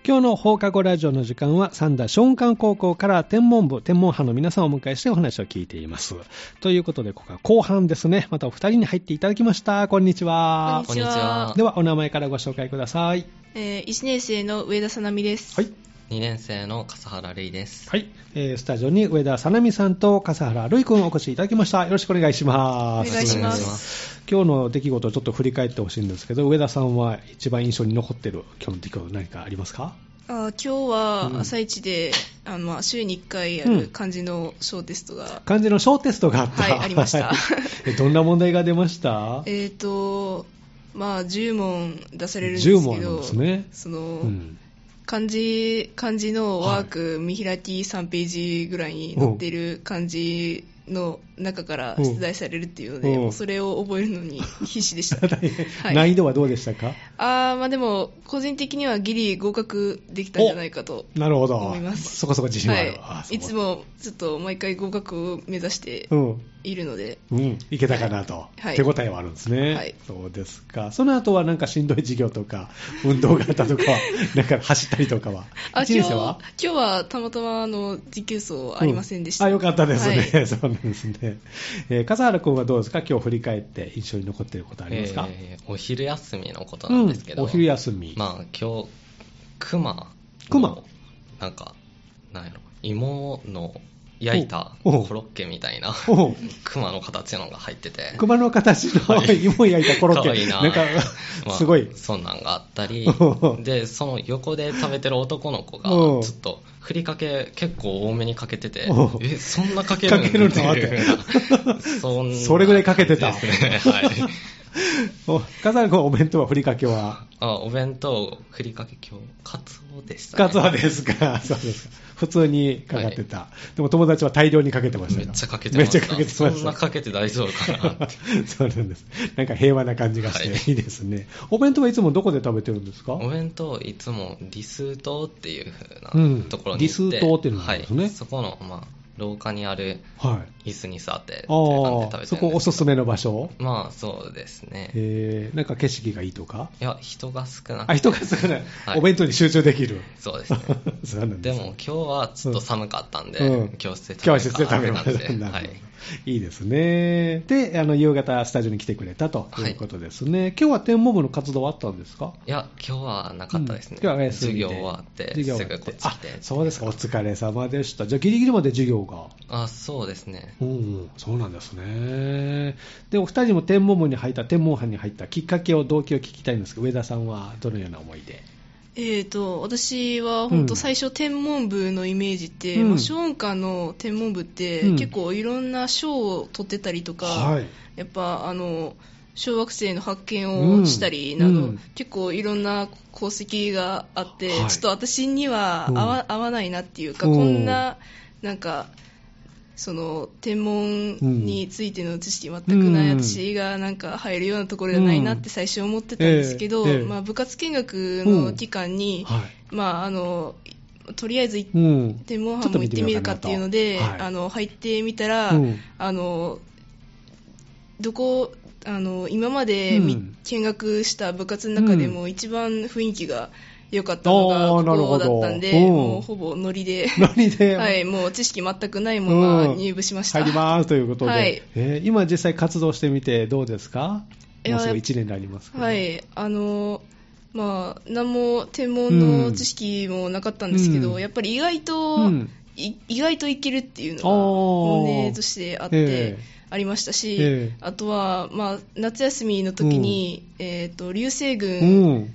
Speaker 1: 今日の放課後ラジオの時間は三田松雲高校から天文部天文班の皆さんをお迎えしてお話を聞いていますということでここは後半ですねまたお二人に入っていただきましたこんにちは
Speaker 5: こんにちは。
Speaker 1: ではお名前からご紹介ください
Speaker 6: えー、1年生の上田さなみです。
Speaker 1: はい、
Speaker 5: 2年生の笠原瑠衣です。
Speaker 1: はいえースタジオに上田さなみさんと笠原るいくんお越しいただきましたよろしくお願いします
Speaker 6: お願いします
Speaker 5: す。
Speaker 1: 今日の出来事をちょっと振り返ってほしいんですけど上田さんは一番印象に残ってる今日の出来事何かありますか
Speaker 6: あー今日
Speaker 1: うん
Speaker 6: は朝一で、あのまあ、週に1回やる漢字の小テストが、
Speaker 1: 漢字の小テストがあった、
Speaker 6: はいありました
Speaker 1: *laughs* えどんな問題が出ました
Speaker 6: えっ、と、まあ、10問出されるんですけど、
Speaker 1: 10問なんですね
Speaker 6: その、
Speaker 1: うん
Speaker 6: 漢字、漢字のワーク、見開き3ページぐらいに載ってる漢字の中から
Speaker 1: うん
Speaker 6: 出題されるっていうので、
Speaker 1: うん
Speaker 6: もうそれを覚えるのに必死
Speaker 1: *laughs*
Speaker 6: でした。はい
Speaker 1: 難易度はどうでしたか、
Speaker 6: あーまあでも、個人的にはギリ合格できたんじゃないかと
Speaker 1: なるほど
Speaker 6: 思います
Speaker 1: そこそこ自信はある、
Speaker 6: は
Speaker 1: あそ
Speaker 6: い、
Speaker 1: う
Speaker 6: いつもちょっと毎回合格を目指して
Speaker 1: うん
Speaker 6: いるので、
Speaker 1: うん、いけたかなと、
Speaker 6: はい
Speaker 1: 手応えはあるんですね、
Speaker 6: はい
Speaker 1: そうですかその後はなんかしんどい授業とか運動があったとか
Speaker 6: *laughs*
Speaker 1: はなんか走ったりとかは
Speaker 6: あ
Speaker 1: 一
Speaker 6: 今
Speaker 1: 年
Speaker 6: 日
Speaker 1: 生は
Speaker 6: 今日はたまたまあの持久走ありませんでした、
Speaker 1: うあよかったですね、
Speaker 6: は
Speaker 1: *laughs*
Speaker 6: い
Speaker 1: そうなんですね、えー笠原君はどうですか今日振り返って印象に残っていることありますか、
Speaker 5: えーお昼休みのことなんですけど、
Speaker 1: うんお昼休み、
Speaker 5: まあ今日、熊
Speaker 1: 熊
Speaker 5: なんか、なんやろ、芋の焼いたコ
Speaker 1: おお
Speaker 5: ロッケみたいな、
Speaker 1: おう
Speaker 5: 熊の形のが入ってて、
Speaker 1: 熊の形の
Speaker 5: *laughs* はい
Speaker 1: 芋を焼いたコロッケ、
Speaker 5: かわいいな
Speaker 1: なんか、
Speaker 5: *laughs* まあ
Speaker 1: すごい、
Speaker 5: そんなんがあったり
Speaker 1: おう
Speaker 5: でその横で食べてる男の子が
Speaker 1: おう
Speaker 5: ちょっとふりかけ結構多めにかけてて
Speaker 1: おう
Speaker 5: えそんなかけるん
Speaker 1: かけるの
Speaker 5: っていう *laughs* そんな
Speaker 1: それぐらいかけてた
Speaker 5: 感じですねはい
Speaker 1: お笠原君はお弁当はふりかけは
Speaker 5: あお弁当ふりかけ今日カツオでした、ね、
Speaker 1: カツオですか、 *laughs* そうですか。普通にかかってた、でも友達は大量にかけてました
Speaker 5: め
Speaker 1: よ
Speaker 5: っちゃかけてました
Speaker 1: めっちゃかけてました
Speaker 5: そんなかけて大丈夫かなって
Speaker 1: *laughs* そうなんです。なんか平和な感じがして、
Speaker 5: はい
Speaker 1: い、いですね。お弁当はいつもどこで食べてるんですか
Speaker 5: お弁当いつもリスー島っていう風な
Speaker 1: うん
Speaker 5: ところに行って、
Speaker 1: リスー島っていうのがあるんですね
Speaker 5: はい、そこの、まあ、廊下にある
Speaker 1: はい。
Speaker 5: 椅子に座ってっ
Speaker 1: あ
Speaker 5: て感じで食べてるんで
Speaker 1: あ、
Speaker 5: す
Speaker 1: そ
Speaker 5: けど
Speaker 1: こおすすめの場所
Speaker 5: まあそうですねい
Speaker 1: えー、なんか景色がいいとか
Speaker 5: や人が少な
Speaker 1: あ、
Speaker 5: くて
Speaker 1: 人が少ない。
Speaker 5: はい
Speaker 1: お弁当に集中できる。 *laughs*
Speaker 5: そうですね
Speaker 1: そうなん
Speaker 5: で
Speaker 1: ですね
Speaker 5: も今日はちょっと寒かったんで、
Speaker 1: うん
Speaker 5: 教室で
Speaker 1: 教室で食べま
Speaker 5: たん
Speaker 1: し
Speaker 5: で
Speaker 1: た。なる
Speaker 5: は
Speaker 1: ほど
Speaker 5: い
Speaker 1: いいですね。で、あの、夕方スタジオに来てくれたということですね。今日は天文部の活動はあったんですか
Speaker 5: いや今日はなかったですね、
Speaker 1: うん今日はお休
Speaker 5: 授
Speaker 1: みで
Speaker 5: 業終わって
Speaker 1: 授業
Speaker 5: す
Speaker 1: 終わ
Speaker 5: ぐ
Speaker 1: って
Speaker 5: こっち来て
Speaker 1: あそうですかお疲れ様でしたじゃあギリギリまで授業が
Speaker 5: あそうですね
Speaker 1: うんうんそうなんですねでお二人も天文部に入った天文班に入ったきっかけを動機を聞きたいんですけど上田さんはどのような思いで
Speaker 6: えー、と私は
Speaker 1: う
Speaker 6: 本
Speaker 1: ん
Speaker 6: 当最初天文部のイメージって、
Speaker 1: うん
Speaker 6: まあ、小文科の天文部って
Speaker 1: うん
Speaker 6: 結構いろんな賞を取ってたりとか、
Speaker 1: はい
Speaker 6: やっぱあの小惑星の発
Speaker 1: う
Speaker 6: 見
Speaker 1: ん
Speaker 6: をしたりなど、
Speaker 1: うん
Speaker 6: 結構いろんな功績があって、
Speaker 1: はい
Speaker 6: ちょっと私には合わ,、合わないなっていうか、
Speaker 1: うん
Speaker 6: こんななんかその天文についての知識全くない、
Speaker 1: うん
Speaker 6: 私がなんか入るようなところじゃないなって最初思ってたんですけど、
Speaker 1: うんええええ
Speaker 6: まあ、部活見学の期間に、
Speaker 1: は
Speaker 6: まあ、あのとりあえず行っ
Speaker 1: い。うん。
Speaker 6: 天文班も行ってみるかっていうの
Speaker 1: ちょっ
Speaker 6: で、
Speaker 1: と見てみようかなとはい
Speaker 6: あの入ってみたら、
Speaker 1: うん
Speaker 6: あのどこあの今までみ
Speaker 1: うん
Speaker 6: 見学した部活の中でも一番雰囲気が良かったのが
Speaker 1: あー
Speaker 6: こ
Speaker 1: なるほ
Speaker 6: こ
Speaker 1: ど
Speaker 6: だったんで、
Speaker 1: うん
Speaker 6: もうほぼノリで、
Speaker 1: 何で、
Speaker 6: はい、もう知識全くないまま入部しました。
Speaker 1: 入りますということで、
Speaker 6: はい
Speaker 1: えー今実際活動してみてどうですか
Speaker 6: いや
Speaker 1: もうすぐ1年になりますけど。
Speaker 6: はい、あのまあ、何も天文の知識もなかったんですけど、
Speaker 1: うん
Speaker 6: やっぱり意外と、
Speaker 1: うん
Speaker 6: い意外といけるっていうのが
Speaker 1: あー
Speaker 6: 本音としてあって、
Speaker 1: ええ
Speaker 6: ありましたし、
Speaker 1: ええ
Speaker 6: あとは、まあ、夏休みの時に、えー、と流星
Speaker 1: う
Speaker 6: 群
Speaker 1: ん。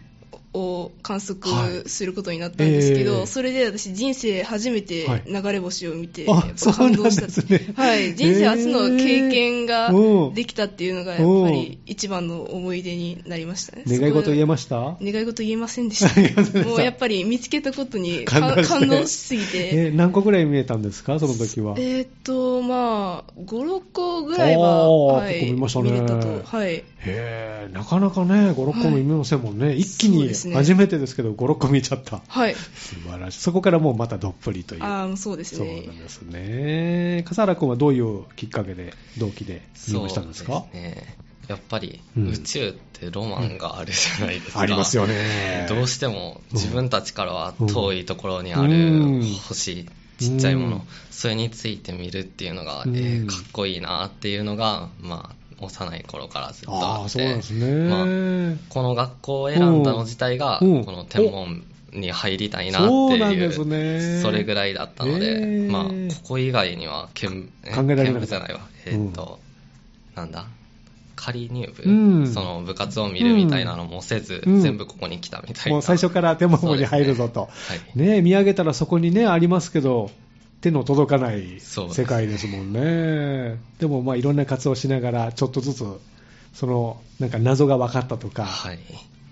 Speaker 6: を観測
Speaker 1: はい
Speaker 6: することになったんですけ
Speaker 1: え
Speaker 6: ど、
Speaker 1: え
Speaker 6: それで私人生初めて
Speaker 1: はい
Speaker 6: 流れ星を見て、
Speaker 1: あ
Speaker 6: やっぱ感動した
Speaker 1: そうなんですね
Speaker 6: はい、人生初の経験が
Speaker 1: ええうん
Speaker 6: できたっていうのがやっぱり一番の思い出になりましたね。
Speaker 1: 願い事言え
Speaker 6: ま
Speaker 1: ました
Speaker 6: 願い事言えませ
Speaker 1: *laughs*
Speaker 6: んで
Speaker 1: 言えませんで
Speaker 6: した。
Speaker 1: した
Speaker 6: もうやっぱり見つけたことに
Speaker 1: 感動
Speaker 6: 感
Speaker 1: して
Speaker 6: 感動しすぎて、
Speaker 1: えー何個ぐらい見えたんですかその時は。
Speaker 6: えーっと、まあ、5、6個ぐらいは、
Speaker 1: おー
Speaker 6: はい
Speaker 1: 結構見ましたね
Speaker 6: れたと。はい。
Speaker 1: へーなかなかね、5、6個も見ませんもんね、一気
Speaker 6: そう
Speaker 1: に
Speaker 6: ですね
Speaker 1: 初めてですけど、5、6個見ちゃった、
Speaker 6: はい。
Speaker 1: 素晴らしい、そこからもうまたどっぷりという、
Speaker 6: ああ、そうです
Speaker 1: そう
Speaker 6: ね
Speaker 1: な。んですね、笠原君はどういうきっかけで、動機で入部したんですか
Speaker 5: そうねやっぱり
Speaker 1: うん
Speaker 5: 宇宙ってロマンがあるじゃないですか、
Speaker 1: ありますよね、
Speaker 5: どうしても自分たちからは遠いところにあ
Speaker 1: うん
Speaker 5: る星ちっちゃいも
Speaker 1: うん
Speaker 5: のそれについて見るっていうのが、
Speaker 1: うん
Speaker 5: えーかっこいいなっていうのが、まあ、幼い頃からずっと
Speaker 1: あ
Speaker 5: あ
Speaker 1: あ、
Speaker 5: っ
Speaker 1: そうなん
Speaker 5: て
Speaker 1: ですね、
Speaker 5: まこの学校を選んだの自体がこ
Speaker 1: うん
Speaker 5: の天文に入りたいなって
Speaker 1: そうなん
Speaker 5: い
Speaker 1: で
Speaker 5: う
Speaker 1: すね
Speaker 5: それぐらいだったの
Speaker 1: へ
Speaker 5: で、
Speaker 1: ー
Speaker 5: まあ、ここ以外には見え
Speaker 1: 考えられなかった
Speaker 5: 見部じゃないわえーっと、なんだ仮入部、
Speaker 1: うん
Speaker 5: その部活を見るみたいなのもせず、
Speaker 1: うん
Speaker 5: 全部ここに来たみたいな
Speaker 1: もう最初から天文部に入るぞと、
Speaker 5: そうですね
Speaker 1: ね見上げたらそこにね、ありますけど、手の届かない
Speaker 5: そうです
Speaker 1: 世界ですもんね、でもまあいろんな活動しながら、ちょっとずつ、そのなんか謎が分かったとか、
Speaker 5: はい、はい、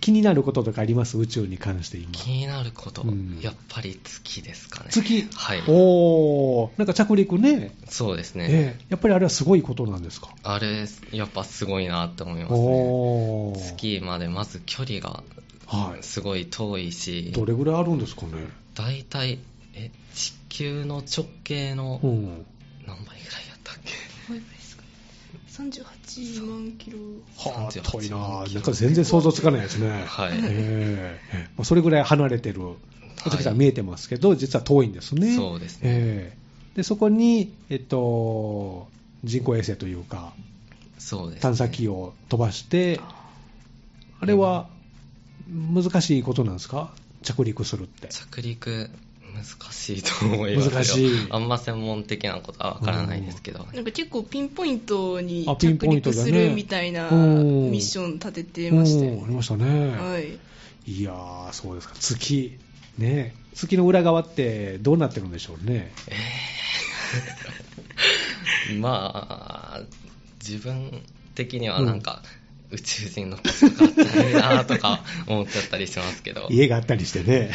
Speaker 1: 気になることとかあります、宇宙に関して今。
Speaker 5: 気になること、
Speaker 1: うん
Speaker 5: やっぱり月ですかね
Speaker 1: 月、
Speaker 5: はい
Speaker 1: おー、なんか着陸ね、
Speaker 5: そうですね、
Speaker 1: ええやっぱりあれはすごいことなんですか。
Speaker 5: あれやっぱすごいなって思いますね
Speaker 1: おー
Speaker 5: 月までまず距離が
Speaker 1: はい、
Speaker 5: すごい遠いし、
Speaker 1: どれぐらいあるんですかね、
Speaker 5: 大体え地球の直径の
Speaker 1: うん、
Speaker 5: 何倍ぐらいやったっけ、
Speaker 6: 38万キロ。
Speaker 1: はあ、
Speaker 5: 38
Speaker 1: 遠いな、なんか全然想像つかないですね、
Speaker 5: はい
Speaker 1: ええまあそれぐらい離れてる、小月さん、見えてますけど、実は遠いんですね、
Speaker 5: そうですね、
Speaker 1: ええでそこに、えっと、人工衛星というか、
Speaker 5: そうですね
Speaker 1: 探査機を飛ばして、あれは難しいことなんですか、着陸するって。
Speaker 5: 着陸難しいと思いますよ
Speaker 1: 難しい
Speaker 5: あんま専門的なことはわからないですけど、
Speaker 6: なんか結構ピンポイントに
Speaker 1: あピン
Speaker 6: 着
Speaker 1: ポイント
Speaker 6: 陸
Speaker 1: だね
Speaker 6: するみたいな
Speaker 1: うん
Speaker 6: ミッション立ててましたよ
Speaker 1: うん
Speaker 6: ね
Speaker 1: ありましたね。
Speaker 6: はい。
Speaker 1: い、やー、そうですか、月、ね、月の裏側ってどうなってるんでしょうね。
Speaker 5: まあ自分的にはなんか、宇宙人のことがあったらいいなとか思っちゃったりしますけど
Speaker 1: 家があったりしてね、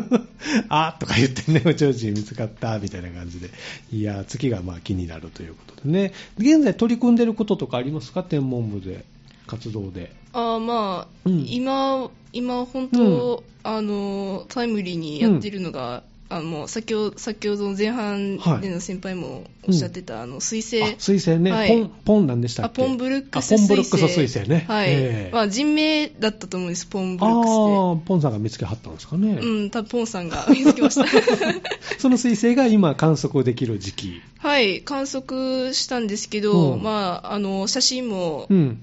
Speaker 1: *laughs* あーとか言ってね、宇宙人見つかったみたいな感じで、いやー、月がまあ気になるということでね、現在取り組んでることとかありますか、天文部で、活動で。
Speaker 6: あーまあ、
Speaker 1: うん
Speaker 6: 今、今本当、あの、タイムリーにやってるのが、あの先ほど先ほどの前半での先輩もおっしゃってた、あの水星
Speaker 1: あ水星ね、
Speaker 6: はい
Speaker 1: ポン、ポンなんでした
Speaker 6: あ
Speaker 1: っけ
Speaker 6: ポンブルックス
Speaker 1: あポ
Speaker 6: 彗
Speaker 1: ン
Speaker 6: 星
Speaker 1: ブルックス彗星ね。
Speaker 6: はい、
Speaker 1: ええ
Speaker 6: まあ、人名だったと思うんですポンブ
Speaker 1: あ
Speaker 6: ルックス
Speaker 1: ーポンさんが見つけはったんですかね。
Speaker 6: でうん多分ポンさんが見つけました
Speaker 1: *laughs* その彗星が今観測できる時期。
Speaker 6: はい観測したんですけど、
Speaker 1: うん
Speaker 6: まああの写真も、
Speaker 1: うん。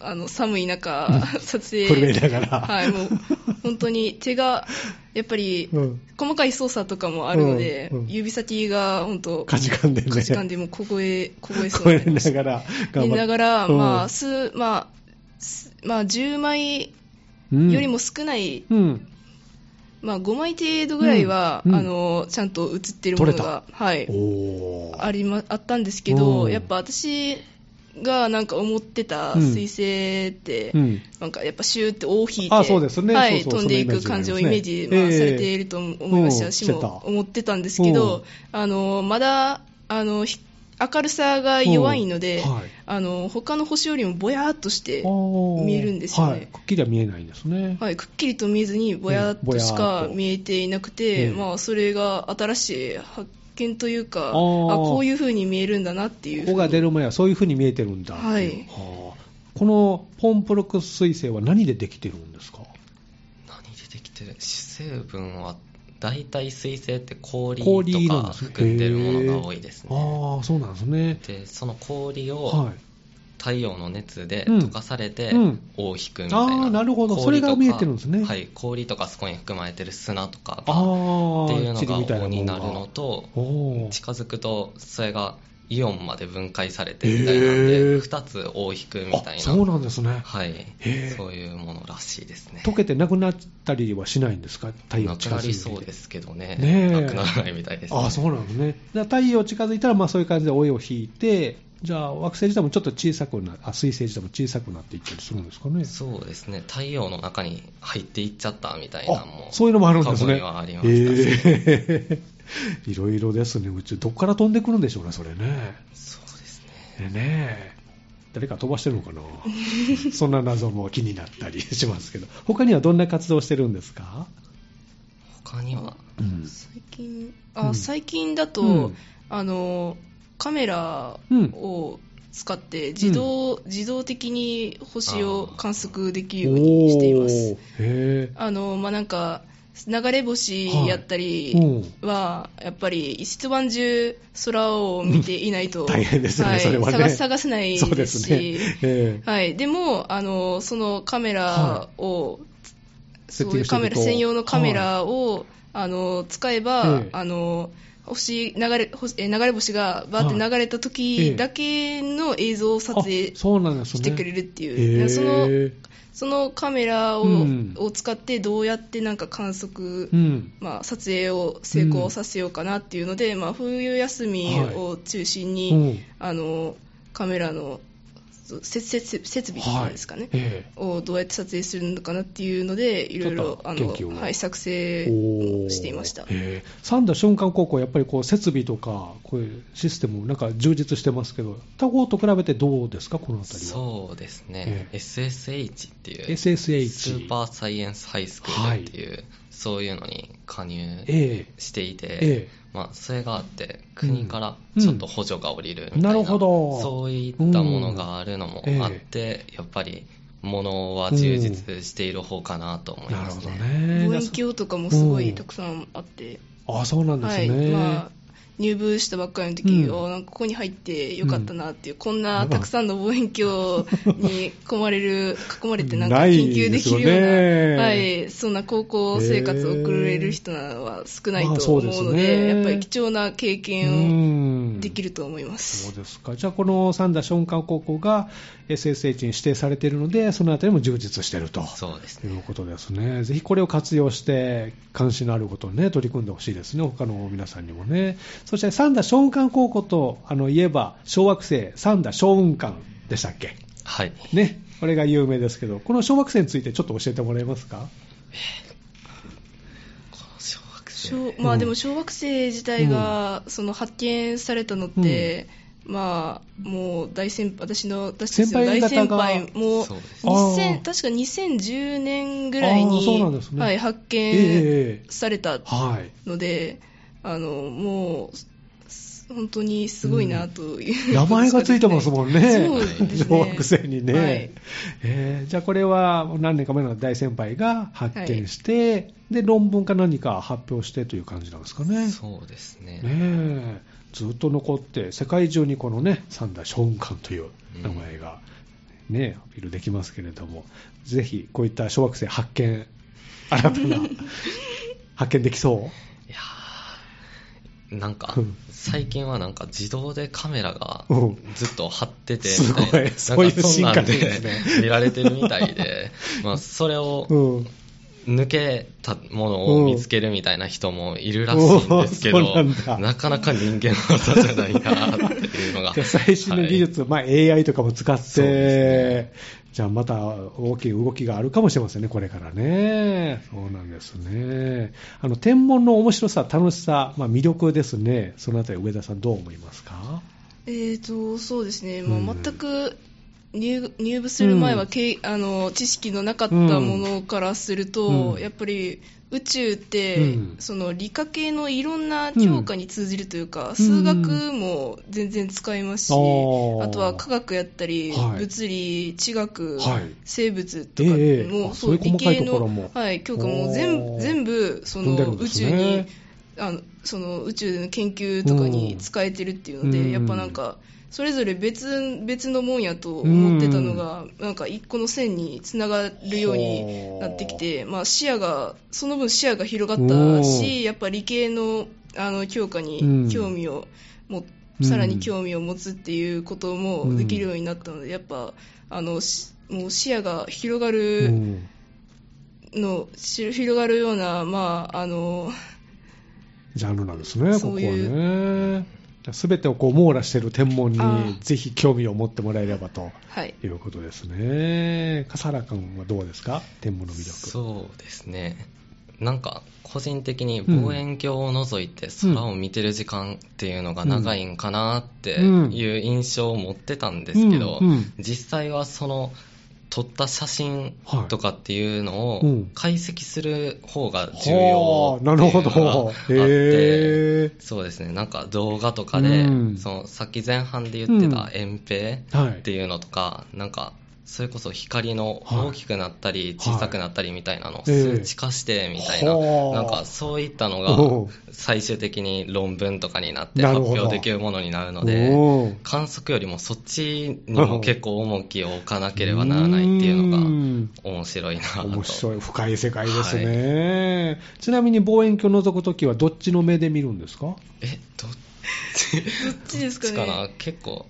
Speaker 6: あの寒い中撮影
Speaker 1: 震えながら
Speaker 6: はいもう本当に手がやっぱり、
Speaker 1: うん
Speaker 6: 細かい操作とかもあるので、
Speaker 1: うんうん
Speaker 6: 指先が本当
Speaker 1: かじかんでね。
Speaker 6: かじかんでもう凍え凍えそう
Speaker 1: 声
Speaker 6: になりました
Speaker 1: ながら頑張
Speaker 6: 見
Speaker 1: っ
Speaker 6: ながら、
Speaker 1: うん
Speaker 6: まあ、数、まあ、すまあ、10枚
Speaker 1: うん
Speaker 6: よりも少ない、
Speaker 1: うん。
Speaker 6: まあ、5枚程度ぐらいは、
Speaker 1: うんうん
Speaker 6: あの、ちゃんと映ってるものが、はい、
Speaker 1: おー
Speaker 6: ありま、あったんですけど、
Speaker 1: うん
Speaker 6: やっぱ私がなんか思ってた彗星って、
Speaker 1: うん。
Speaker 6: なんかやっぱシューって尾を引いて、
Speaker 1: あそうですね
Speaker 6: はい、
Speaker 1: そうそう
Speaker 6: 飛んでいく感じをイメージ、
Speaker 1: そのイメー
Speaker 6: ま
Speaker 1: ジになりま
Speaker 6: あ、さ
Speaker 1: すね
Speaker 6: れていると思いました、
Speaker 1: ええ
Speaker 6: し
Speaker 1: うんしてた
Speaker 6: も思ってたんですけど、あのまだあのひ明るさが弱いので、
Speaker 1: うんはい
Speaker 6: あの他の星よりもぼやーっとして、
Speaker 1: 見
Speaker 6: 見えるんですよね
Speaker 1: はい、くっきりは見えないんですね。
Speaker 6: はい、くっきりと見えずにぼやーっと
Speaker 1: う
Speaker 6: し
Speaker 1: んぼやー
Speaker 6: か
Speaker 1: っと
Speaker 6: 見えていなくて、
Speaker 1: うん
Speaker 6: まあ、それが新しい発見というか
Speaker 1: あー
Speaker 6: あこういう風に見えるんだなっていう
Speaker 1: ここが出る前はそういう風に見えてるんだってう。
Speaker 6: はい
Speaker 1: はあこのポンプロクス彗星は何でできてるんですか
Speaker 5: 何でできてる主成分は大体水星って氷
Speaker 1: 氷
Speaker 5: と
Speaker 1: 色なん
Speaker 5: か
Speaker 1: ですね
Speaker 5: 含んでるものが多いですね
Speaker 1: ああ、そうなんですね。
Speaker 5: でその氷を
Speaker 1: は
Speaker 5: 太陽の熱で
Speaker 1: うん
Speaker 5: 溶かされて
Speaker 1: うん
Speaker 5: 大引くみたいな、
Speaker 1: あーなるほど
Speaker 5: 氷
Speaker 1: それが
Speaker 5: とか
Speaker 1: 見えてるんですね
Speaker 5: はい氷とかそこに含まれてる砂とか
Speaker 1: あー
Speaker 5: っていうの
Speaker 1: 塵
Speaker 5: が
Speaker 1: みたいな
Speaker 5: 主
Speaker 1: もんが
Speaker 5: になるのと
Speaker 1: い。おー
Speaker 5: 近づくとそれがイオンまで分解されてみたいなんで、
Speaker 1: へー
Speaker 5: 2つ大引くみたい
Speaker 1: あ
Speaker 5: な
Speaker 1: そうなんですね。
Speaker 5: はい
Speaker 1: へー
Speaker 5: そういうものらしいですね
Speaker 1: 溶けてなくなったりはしないんですか、太陽
Speaker 5: なく
Speaker 1: 近づ
Speaker 5: な
Speaker 1: いて。
Speaker 5: りそうですけどね
Speaker 1: ねえ
Speaker 5: なくならないみたいです、ね、
Speaker 1: ああそうなんですね。だから太陽近づいたら、まあ、そういう感じで尾を引いて、じゃあ惑星自体もちょっと小さくな、あ水星自体も小さくなっていったりするんですかね。
Speaker 5: そうですね太陽の中に入っていっちゃったみたいなも
Speaker 1: あそういうのもあるんです
Speaker 5: 過去
Speaker 1: ね。
Speaker 5: にはありましたし、
Speaker 1: ええ *laughs* いろいろですね、宇宙、どっから飛んでくるんでしょうね、それね。
Speaker 5: そうですね
Speaker 1: ねえ誰か飛ばしてるのかなそんな謎も気になったりしますけど、他にはどんな活動してるんですか、
Speaker 5: 他には
Speaker 1: うん
Speaker 6: 最近
Speaker 1: う
Speaker 6: あ
Speaker 1: ん
Speaker 6: 最近だと、
Speaker 1: うん
Speaker 6: あのカメラを使って自動,、自動的に星を観測できるようにしています
Speaker 1: おーへえ
Speaker 6: あの、まあ、なんか流れ星やったり
Speaker 1: う
Speaker 6: は、やっぱり一晩中空を見ていないと、
Speaker 1: 大変ですよね
Speaker 6: はい
Speaker 1: それはね
Speaker 6: 探探せない
Speaker 1: そう
Speaker 6: で
Speaker 1: ですす
Speaker 6: し
Speaker 1: ね、ええ
Speaker 6: はい、でもあのそのカメラを、そういうカ
Speaker 1: 設定してい
Speaker 6: メラ
Speaker 1: くと
Speaker 6: 専用のカメラを、あの使えば、
Speaker 1: ええ
Speaker 6: あの星流れ星え流れ星がバーって流れた時だけの映像を撮影
Speaker 1: あそうなんですね
Speaker 6: してくれるって
Speaker 1: へ
Speaker 6: いう、
Speaker 1: え
Speaker 6: そのそのカメラを,、
Speaker 1: うん
Speaker 6: を使ってどうやってなんか観測、
Speaker 1: うん、
Speaker 6: まあ、撮影を成功させようかなっていうので、まあ、冬休みを中心に、
Speaker 1: うん
Speaker 6: あのカメラのそう設設設備っていうんですかね、
Speaker 1: ええ
Speaker 6: をどうやって撮影するのかなっていうのでいろい
Speaker 1: ちょっ
Speaker 6: ろ
Speaker 1: と
Speaker 6: あ
Speaker 1: 研究を
Speaker 6: の、はい、作成
Speaker 1: おー
Speaker 6: をしていました
Speaker 1: へえ三田瞬間高校はやっぱりこう設備とかこういうシステムなんか充実してますけど他校と比べてどうですかこの辺りは
Speaker 5: そうですね、
Speaker 1: ええ
Speaker 5: SSH っていう
Speaker 1: SSH
Speaker 5: スーパーサイエンスハイスクールっていう、そういうのに加入
Speaker 1: え
Speaker 5: していて、
Speaker 1: ええ
Speaker 5: まあ、それがあって国から
Speaker 1: うん
Speaker 5: ちょっと補助が下りるみたいな,、
Speaker 1: なるほど
Speaker 5: そういったものがあるのも
Speaker 1: うん
Speaker 5: あって、やっぱり物は充実している方かなと思い
Speaker 1: なる
Speaker 5: ま
Speaker 1: ほ
Speaker 5: す
Speaker 1: ど
Speaker 5: ね,、
Speaker 1: ね
Speaker 6: 望遠鏡とかもすごいたくさんあって、
Speaker 1: あそうなんで
Speaker 6: は
Speaker 1: す
Speaker 6: い
Speaker 1: ね、
Speaker 6: まあ、入部したばっかりの時、
Speaker 1: うん
Speaker 6: あなんかここに入ってよかったなっていう、こんなたくさんの望遠鏡に囲ま
Speaker 1: *laughs*
Speaker 6: れる囲まれてなんか
Speaker 1: ない
Speaker 6: 研究できるような
Speaker 1: ですよね
Speaker 6: はい、そんな高校生活を送れる人は少ない
Speaker 1: まあ
Speaker 6: と
Speaker 1: そう
Speaker 6: 思う
Speaker 1: ですね
Speaker 6: ので,、やっぱり貴重な経験を
Speaker 1: ん
Speaker 6: できると思います。
Speaker 1: そうですか。じゃあ、この三田松漢高校が SSH に指定されているので、そのあたりも充実していると。
Speaker 5: そうです
Speaker 1: い
Speaker 5: ね
Speaker 1: うことですね。ぜひこれを活用して、関心のあることをね、取り組んでほしいですね。他の皆さんにもね。そして、三田松漢高校と、あの、言えば、小惑星三田松雲館でしたっけ
Speaker 5: はい
Speaker 1: ね。これが有名ですけど、この小惑星についてちょっと教えてもらえますか
Speaker 5: この小惑星
Speaker 6: 小
Speaker 1: う
Speaker 6: ま
Speaker 1: ん
Speaker 6: あでも小惑星自体がその発見されたのって、まあもう大先私の私たちの
Speaker 1: 先輩
Speaker 6: 大
Speaker 1: 方
Speaker 6: 先
Speaker 1: が
Speaker 6: 輩も
Speaker 5: そうです
Speaker 1: あー
Speaker 6: 2000確か2010年ぐらい
Speaker 1: あーそうなん
Speaker 6: に
Speaker 1: です、ね
Speaker 6: はい、発
Speaker 1: え
Speaker 6: 見
Speaker 1: え
Speaker 6: され
Speaker 1: は
Speaker 6: た
Speaker 1: い。
Speaker 6: ので、あのもうす本当にすごいなと
Speaker 1: *laughs*
Speaker 6: いう、
Speaker 1: 名前がついてますもんね、
Speaker 6: そうですね
Speaker 1: 小惑星にね、
Speaker 6: はい
Speaker 1: えーじゃあこれは何年か前の大先輩が発見して、で論文か何か発表してという感じなんですかね。
Speaker 5: そうです
Speaker 1: ね
Speaker 5: ね
Speaker 1: えずっと残って、世界中にこのね、三大ショーンカンという名前が、ね、アピールできますけれども、ぜひこういった小惑星発見、新た
Speaker 6: *laughs*
Speaker 1: な発見できそう。
Speaker 5: いやーなんか
Speaker 1: うん
Speaker 5: 最近はなんか自動でカメラが
Speaker 1: うん
Speaker 5: ずっと張ってて
Speaker 1: すごい
Speaker 5: みたな
Speaker 1: そういう
Speaker 5: なんかそんな
Speaker 1: 進
Speaker 5: ん
Speaker 1: 化ですね
Speaker 5: *laughs* 見られてるみたいで、まあ、それを
Speaker 1: うん
Speaker 5: 抜けたものを見つけるみたいな人もいるらしいんですけ
Speaker 1: うんお
Speaker 5: ど、
Speaker 1: ーそうなんだ
Speaker 5: なかなか人間の技じゃないなっていうのが。
Speaker 1: *laughs* じゃあ最新の技術、まあ、AI とかも使っ
Speaker 5: そう
Speaker 1: て、
Speaker 5: で
Speaker 1: じゃあまた大きい動きがあるかもしれませんね、これからね。そうなんですね。あの天文の面白さ、楽しさ、まあ、魅力ですね。そのあたり、上田さん、どう思いますか
Speaker 6: *laughs* えーとそうですね、
Speaker 1: うん
Speaker 6: まあ、全く入入部する前は、
Speaker 1: うん
Speaker 6: けいあの知識のなかったものからすると、
Speaker 1: うん
Speaker 6: やっぱり宇宙って、
Speaker 1: うん
Speaker 6: その理科系のいろんな教科に通じるというか、数学も全然使いますし、
Speaker 1: あー
Speaker 6: あとは科学やったり、
Speaker 1: はい
Speaker 6: 物理、地学、
Speaker 1: はい
Speaker 6: 生物とかも、
Speaker 1: ええあそういう
Speaker 6: 理
Speaker 1: 細かい
Speaker 6: 系
Speaker 1: ところ
Speaker 6: の
Speaker 1: も、
Speaker 6: はい、教科も全
Speaker 1: お
Speaker 6: 部
Speaker 1: ー
Speaker 6: 全部そ
Speaker 1: 飛ん
Speaker 6: の
Speaker 1: でるんで
Speaker 6: 宇
Speaker 1: す
Speaker 6: 宙
Speaker 1: ね
Speaker 6: に。あのその宇宙の研究とかに使えてるっていうので、
Speaker 1: うん
Speaker 6: やっぱなんかそれぞれ別別のもんやと思ってたのが、なんか一個の線につながるようになってきて、まあ、視野がその分視野が広がったしやっぱ理系のあの教科
Speaker 1: うん
Speaker 6: に興味をも、
Speaker 1: うん
Speaker 6: さらに興味を持つっていうこと
Speaker 1: う
Speaker 6: も
Speaker 1: ん
Speaker 6: できるようになったのでやっぱあのしもう視野が広が
Speaker 1: う
Speaker 6: る
Speaker 1: ん
Speaker 6: の、し広がるような、まあ、あの
Speaker 1: ジャンルなんですね、ここ
Speaker 6: そ
Speaker 1: は
Speaker 6: ういう
Speaker 1: ね。すべてをこう網羅している天文
Speaker 6: あ
Speaker 1: に
Speaker 6: ー
Speaker 1: ぜひ興味を持ってもらえればと *laughs*
Speaker 6: はい、
Speaker 1: いうことですね。笠原君はどうですか天文の魅力。
Speaker 5: そうですねなんか個人的に望遠鏡を除いて空を見てる時間っていうのが長いんかなっていう印象を持ってたんですけど、
Speaker 1: うんうん
Speaker 5: 実際はその撮った写真
Speaker 1: はい
Speaker 5: とかっていうの
Speaker 1: う
Speaker 5: を
Speaker 1: ん
Speaker 5: 解析する方が重
Speaker 1: は
Speaker 5: 要
Speaker 1: あ
Speaker 5: ってい
Speaker 1: な
Speaker 5: う
Speaker 1: る
Speaker 5: の
Speaker 1: ほ
Speaker 5: があ
Speaker 1: ど
Speaker 5: っ。
Speaker 1: へ
Speaker 5: て
Speaker 1: ー
Speaker 5: そうですねなんか動画とかで、
Speaker 1: うん
Speaker 5: そのさっき前半で言って
Speaker 1: うん
Speaker 5: た遠平
Speaker 1: はい
Speaker 5: っていうのとか、なんかそれこそ光の
Speaker 1: はい
Speaker 5: 大きくなったり
Speaker 1: はい
Speaker 5: 小さくなったりみたいなのを
Speaker 1: ええ
Speaker 5: 数値化してみたいな、
Speaker 1: ほう
Speaker 5: なんかそういったの
Speaker 1: おう
Speaker 5: が最終的に論文とかになって
Speaker 1: なる
Speaker 5: 発
Speaker 1: ほど
Speaker 5: 表できるものになるので
Speaker 1: おー
Speaker 5: 観測よりもそっちにも結構重きを置かなければならないっていうの
Speaker 1: う
Speaker 5: が
Speaker 1: ん
Speaker 5: 面白いなと
Speaker 1: 面白い、深い世界ですね。ちなみに望遠鏡を覗くときはどっちの目で見るんですか
Speaker 5: えどっ
Speaker 6: どっちですか
Speaker 5: ちか
Speaker 6: ね
Speaker 5: な結構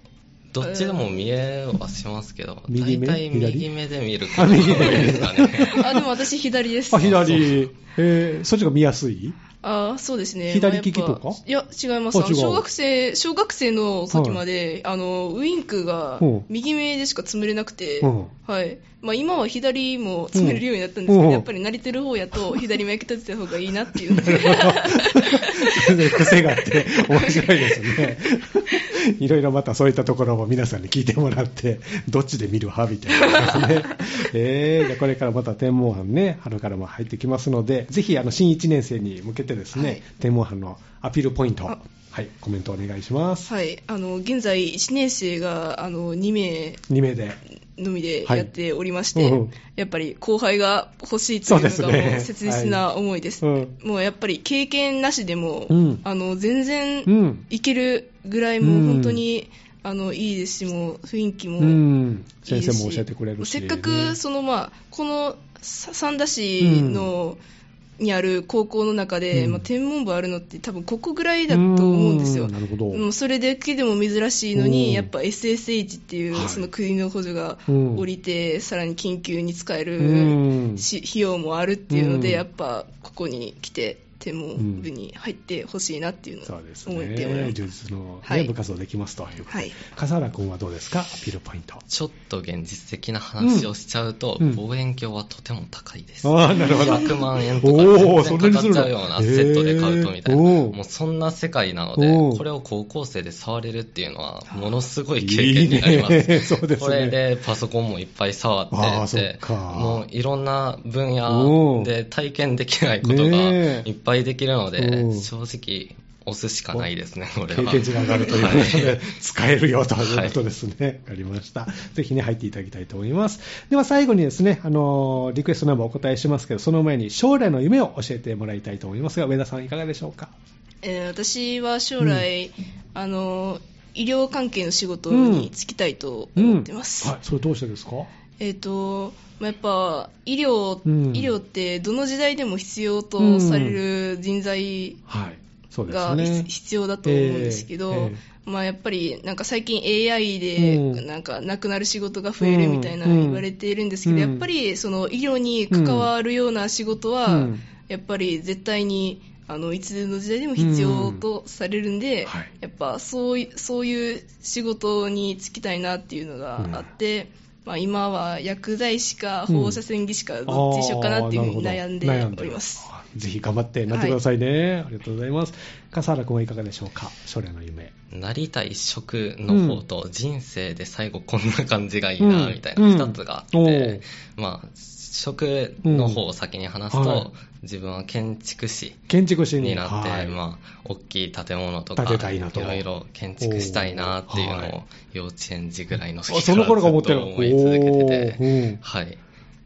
Speaker 5: どっちでも見えはしますけど
Speaker 1: 右
Speaker 5: 大
Speaker 1: 目
Speaker 5: 体
Speaker 1: 左
Speaker 5: 右目で見る
Speaker 1: あ
Speaker 5: ことが多い
Speaker 1: 右目
Speaker 5: ですかね
Speaker 6: あでも私左です
Speaker 1: あ、左。えー、そっちが見やすい
Speaker 6: あそうですね
Speaker 1: 左利き
Speaker 6: まあやっぱ
Speaker 1: とか
Speaker 6: いや違います
Speaker 1: あ
Speaker 6: あ
Speaker 1: 違う
Speaker 6: の小学生小学生の時まで、あのウインクが
Speaker 1: うん
Speaker 6: 右目でしか潰れなくて、
Speaker 1: うん
Speaker 6: はいまあ、今は左も潰れるようになったんですけど、
Speaker 1: うん
Speaker 6: やっぱり慣れてる方やと左目立てた方がいいなっていうの
Speaker 1: *laughs*
Speaker 6: で
Speaker 1: 癖があって面白いですね。いろいろまたそういったところも皆さんに聞いてもらって、どっちで見る派みたいなですね。
Speaker 6: *laughs*
Speaker 1: えー、じゃあこれからまた天文班ね、春からも入ってきますので、ぜひあの新1年生に向けてですね、天文班のアピールポイント、
Speaker 6: あ
Speaker 1: はい、コメントお願いします。
Speaker 6: はい、あの現在1年生があの2名
Speaker 1: 2名で。
Speaker 6: のみで
Speaker 1: はい
Speaker 6: やっておりまして、
Speaker 1: うん
Speaker 6: やっぱり後輩が欲しいというの
Speaker 1: そ
Speaker 6: が
Speaker 1: うですね
Speaker 6: もう切実な思いです、
Speaker 1: うん
Speaker 6: もうやっぱり経験なしでも、
Speaker 1: うん
Speaker 6: あの全然
Speaker 1: うん。
Speaker 6: いけるぐらいもう本当に、あのいいですしもう雰囲気も
Speaker 1: う
Speaker 6: い
Speaker 1: ん。
Speaker 6: いで
Speaker 1: 先
Speaker 6: すし
Speaker 1: 生も教えてくれるし。
Speaker 6: せっかくその、まあ、このさ三田市の、にある高校の中で、
Speaker 1: うん
Speaker 6: まあ、天文部あるのって多分ここぐらいだと思うんですよ、
Speaker 1: うなるほど。
Speaker 6: もうそれだけでも珍しいの
Speaker 1: うん
Speaker 6: に、やっぱ SSH ってい
Speaker 1: はいう
Speaker 6: その国の補助が
Speaker 1: うん
Speaker 6: 降りて、さらに緊急に使える
Speaker 1: ん
Speaker 6: し費用もあるっていうの
Speaker 1: う
Speaker 6: で、
Speaker 1: ん
Speaker 6: やっぱここに来て、天文部に入ってほしいなっていうの
Speaker 1: そ
Speaker 6: を
Speaker 1: うです
Speaker 6: 思っておりま
Speaker 1: ね。
Speaker 6: す。
Speaker 1: 充実の、ね
Speaker 6: はい
Speaker 1: 部活動できますということで。
Speaker 6: はい
Speaker 1: 笠原君はどうですかアピールポイント。
Speaker 5: ちょっと現実的な話をしちゃうと、
Speaker 1: うん
Speaker 5: 望遠鏡はとても高いです。
Speaker 1: ああ、なるほど。
Speaker 5: 100万円とか
Speaker 1: おー
Speaker 5: 全然かかっちゃうような
Speaker 1: そんなにするの
Speaker 5: セットで買うとみたいな、
Speaker 1: へーおー
Speaker 5: もうそんな世界なので
Speaker 1: おー、
Speaker 5: これを高校生で触れるっていうのは、ものすごい経験になりま
Speaker 1: い
Speaker 5: す。
Speaker 1: いね *laughs* そうですね
Speaker 5: これでパソコンもいっぱい触って
Speaker 1: あーそってか
Speaker 5: もういろんな分
Speaker 1: おー
Speaker 5: 野で体験できないことが
Speaker 1: ねえ
Speaker 5: いっぱいできるので、
Speaker 1: うん
Speaker 5: 正直、押すしかないですね、これ
Speaker 1: 経
Speaker 5: は。
Speaker 1: 験値が上がるということ
Speaker 5: は
Speaker 1: で、使えるよということですね。わ、かりました。ぜひね、入っていただきたいと思います。では最後にですね、あのーリクエストナンバーお答えしますけど、その前に将来の夢を教えてもらいたいと思いますが、上田さんいかがでしょうか
Speaker 6: えー私は将来、あの医療関係の仕事に就きたいと思ってます。
Speaker 1: はい、それどうしてですか
Speaker 6: えっ、と、まあ、やっぱ医療、
Speaker 1: うん
Speaker 6: 医療ってどの時代でも必要とされる人材
Speaker 1: はい。そうです
Speaker 6: が、
Speaker 1: ね。
Speaker 6: ひ必要だと思うんですけど、
Speaker 1: えええ
Speaker 6: まあ、やっぱりなんか最近 AI で
Speaker 1: うん
Speaker 6: なんかなくなる仕事が増えるみたいな
Speaker 1: うん
Speaker 6: 言われているんですけど、
Speaker 1: うん
Speaker 6: やっぱりその医療に関わるような仕事は、
Speaker 1: うん
Speaker 6: やっぱり絶対にあのいつの時代でも必要とされるんで、
Speaker 1: うんはい
Speaker 6: やっぱそういそういう仕事に就きたいなっていうのがあって。まあ、今は薬剤師か放射線技師かどっちにしようかなっていうふうに悩んでおります。
Speaker 1: あーなるほど。ぜひ頑張ってなってくださいね、ありがとうございます笠原君はいかがでしょうか将来の夢
Speaker 5: なりたい職の方と人生で最後こんな感じがいいなみたいな2つがあって、
Speaker 1: うんうん
Speaker 5: まあ職の方を先に話すと、
Speaker 1: うんはい
Speaker 5: 自分は建築士
Speaker 1: 建築士
Speaker 5: になって、
Speaker 1: はい
Speaker 5: まあ大きい建物とか
Speaker 1: 建てたいなと
Speaker 5: ろいろ建築したいなっていう
Speaker 1: おーは
Speaker 5: の
Speaker 1: い
Speaker 5: を幼稚園児ぐらいの時
Speaker 1: あその頃から思ってる
Speaker 5: ずと思い続けて
Speaker 1: お
Speaker 5: て、
Speaker 1: ーうん
Speaker 5: はい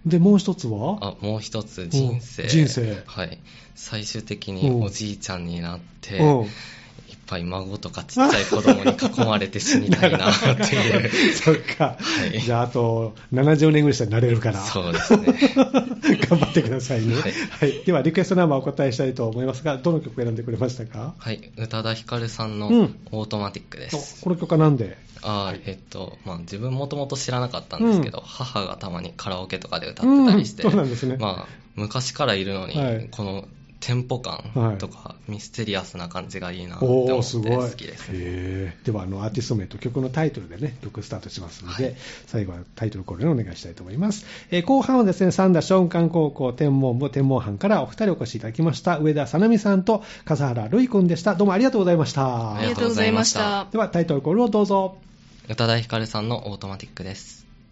Speaker 1: でもう一つは
Speaker 5: あもう一つ人生、
Speaker 1: うん人生
Speaker 5: はい最終的におじいちゃんになって、
Speaker 1: うん
Speaker 5: いっぱい孫とかちっちゃい子供に囲まれて死にたいなっていう
Speaker 1: *laughs* そっか、
Speaker 5: はい
Speaker 1: じゃああと70年ぐらいしたらなれるから
Speaker 5: そうですね
Speaker 1: 頑張ってくださいね、は
Speaker 5: はいい
Speaker 1: ではリクエストナンバーお答えしたいと思いますがどの曲を選んでくれましたか
Speaker 5: はい宇多田ヒカルさんの
Speaker 1: うん
Speaker 5: 「オートマティック」です、
Speaker 1: おこの曲はなんで
Speaker 5: あーえっとまあ、自分もともと知らなかったんですけど、母がたまにカラオケとかで歌ってたりして、
Speaker 1: うんそうなんですね
Speaker 5: まあ、昔からいるのに、
Speaker 1: はい
Speaker 5: このテンポ感とか、ミステリアスな感じがいいなって
Speaker 1: お
Speaker 5: 思
Speaker 1: ー
Speaker 5: って
Speaker 1: すご
Speaker 5: 好
Speaker 1: い
Speaker 5: きです
Speaker 1: へーではあのアーティスト名と曲のタイトルでね曲スタートしますので、
Speaker 5: はい
Speaker 1: 最後はタイトルコールにお願いしたいと思います、えー後半はですね三田松漢高校天文部天文班からお二人お越しいただきました上田さなみさんと笠原るい君でしたどうもありがとうございました
Speaker 5: ありがとうございました
Speaker 6: ありがとうございました
Speaker 1: ではタイトルコールをどうぞ
Speaker 5: 宇多田ヒカルさんのオートマティックです。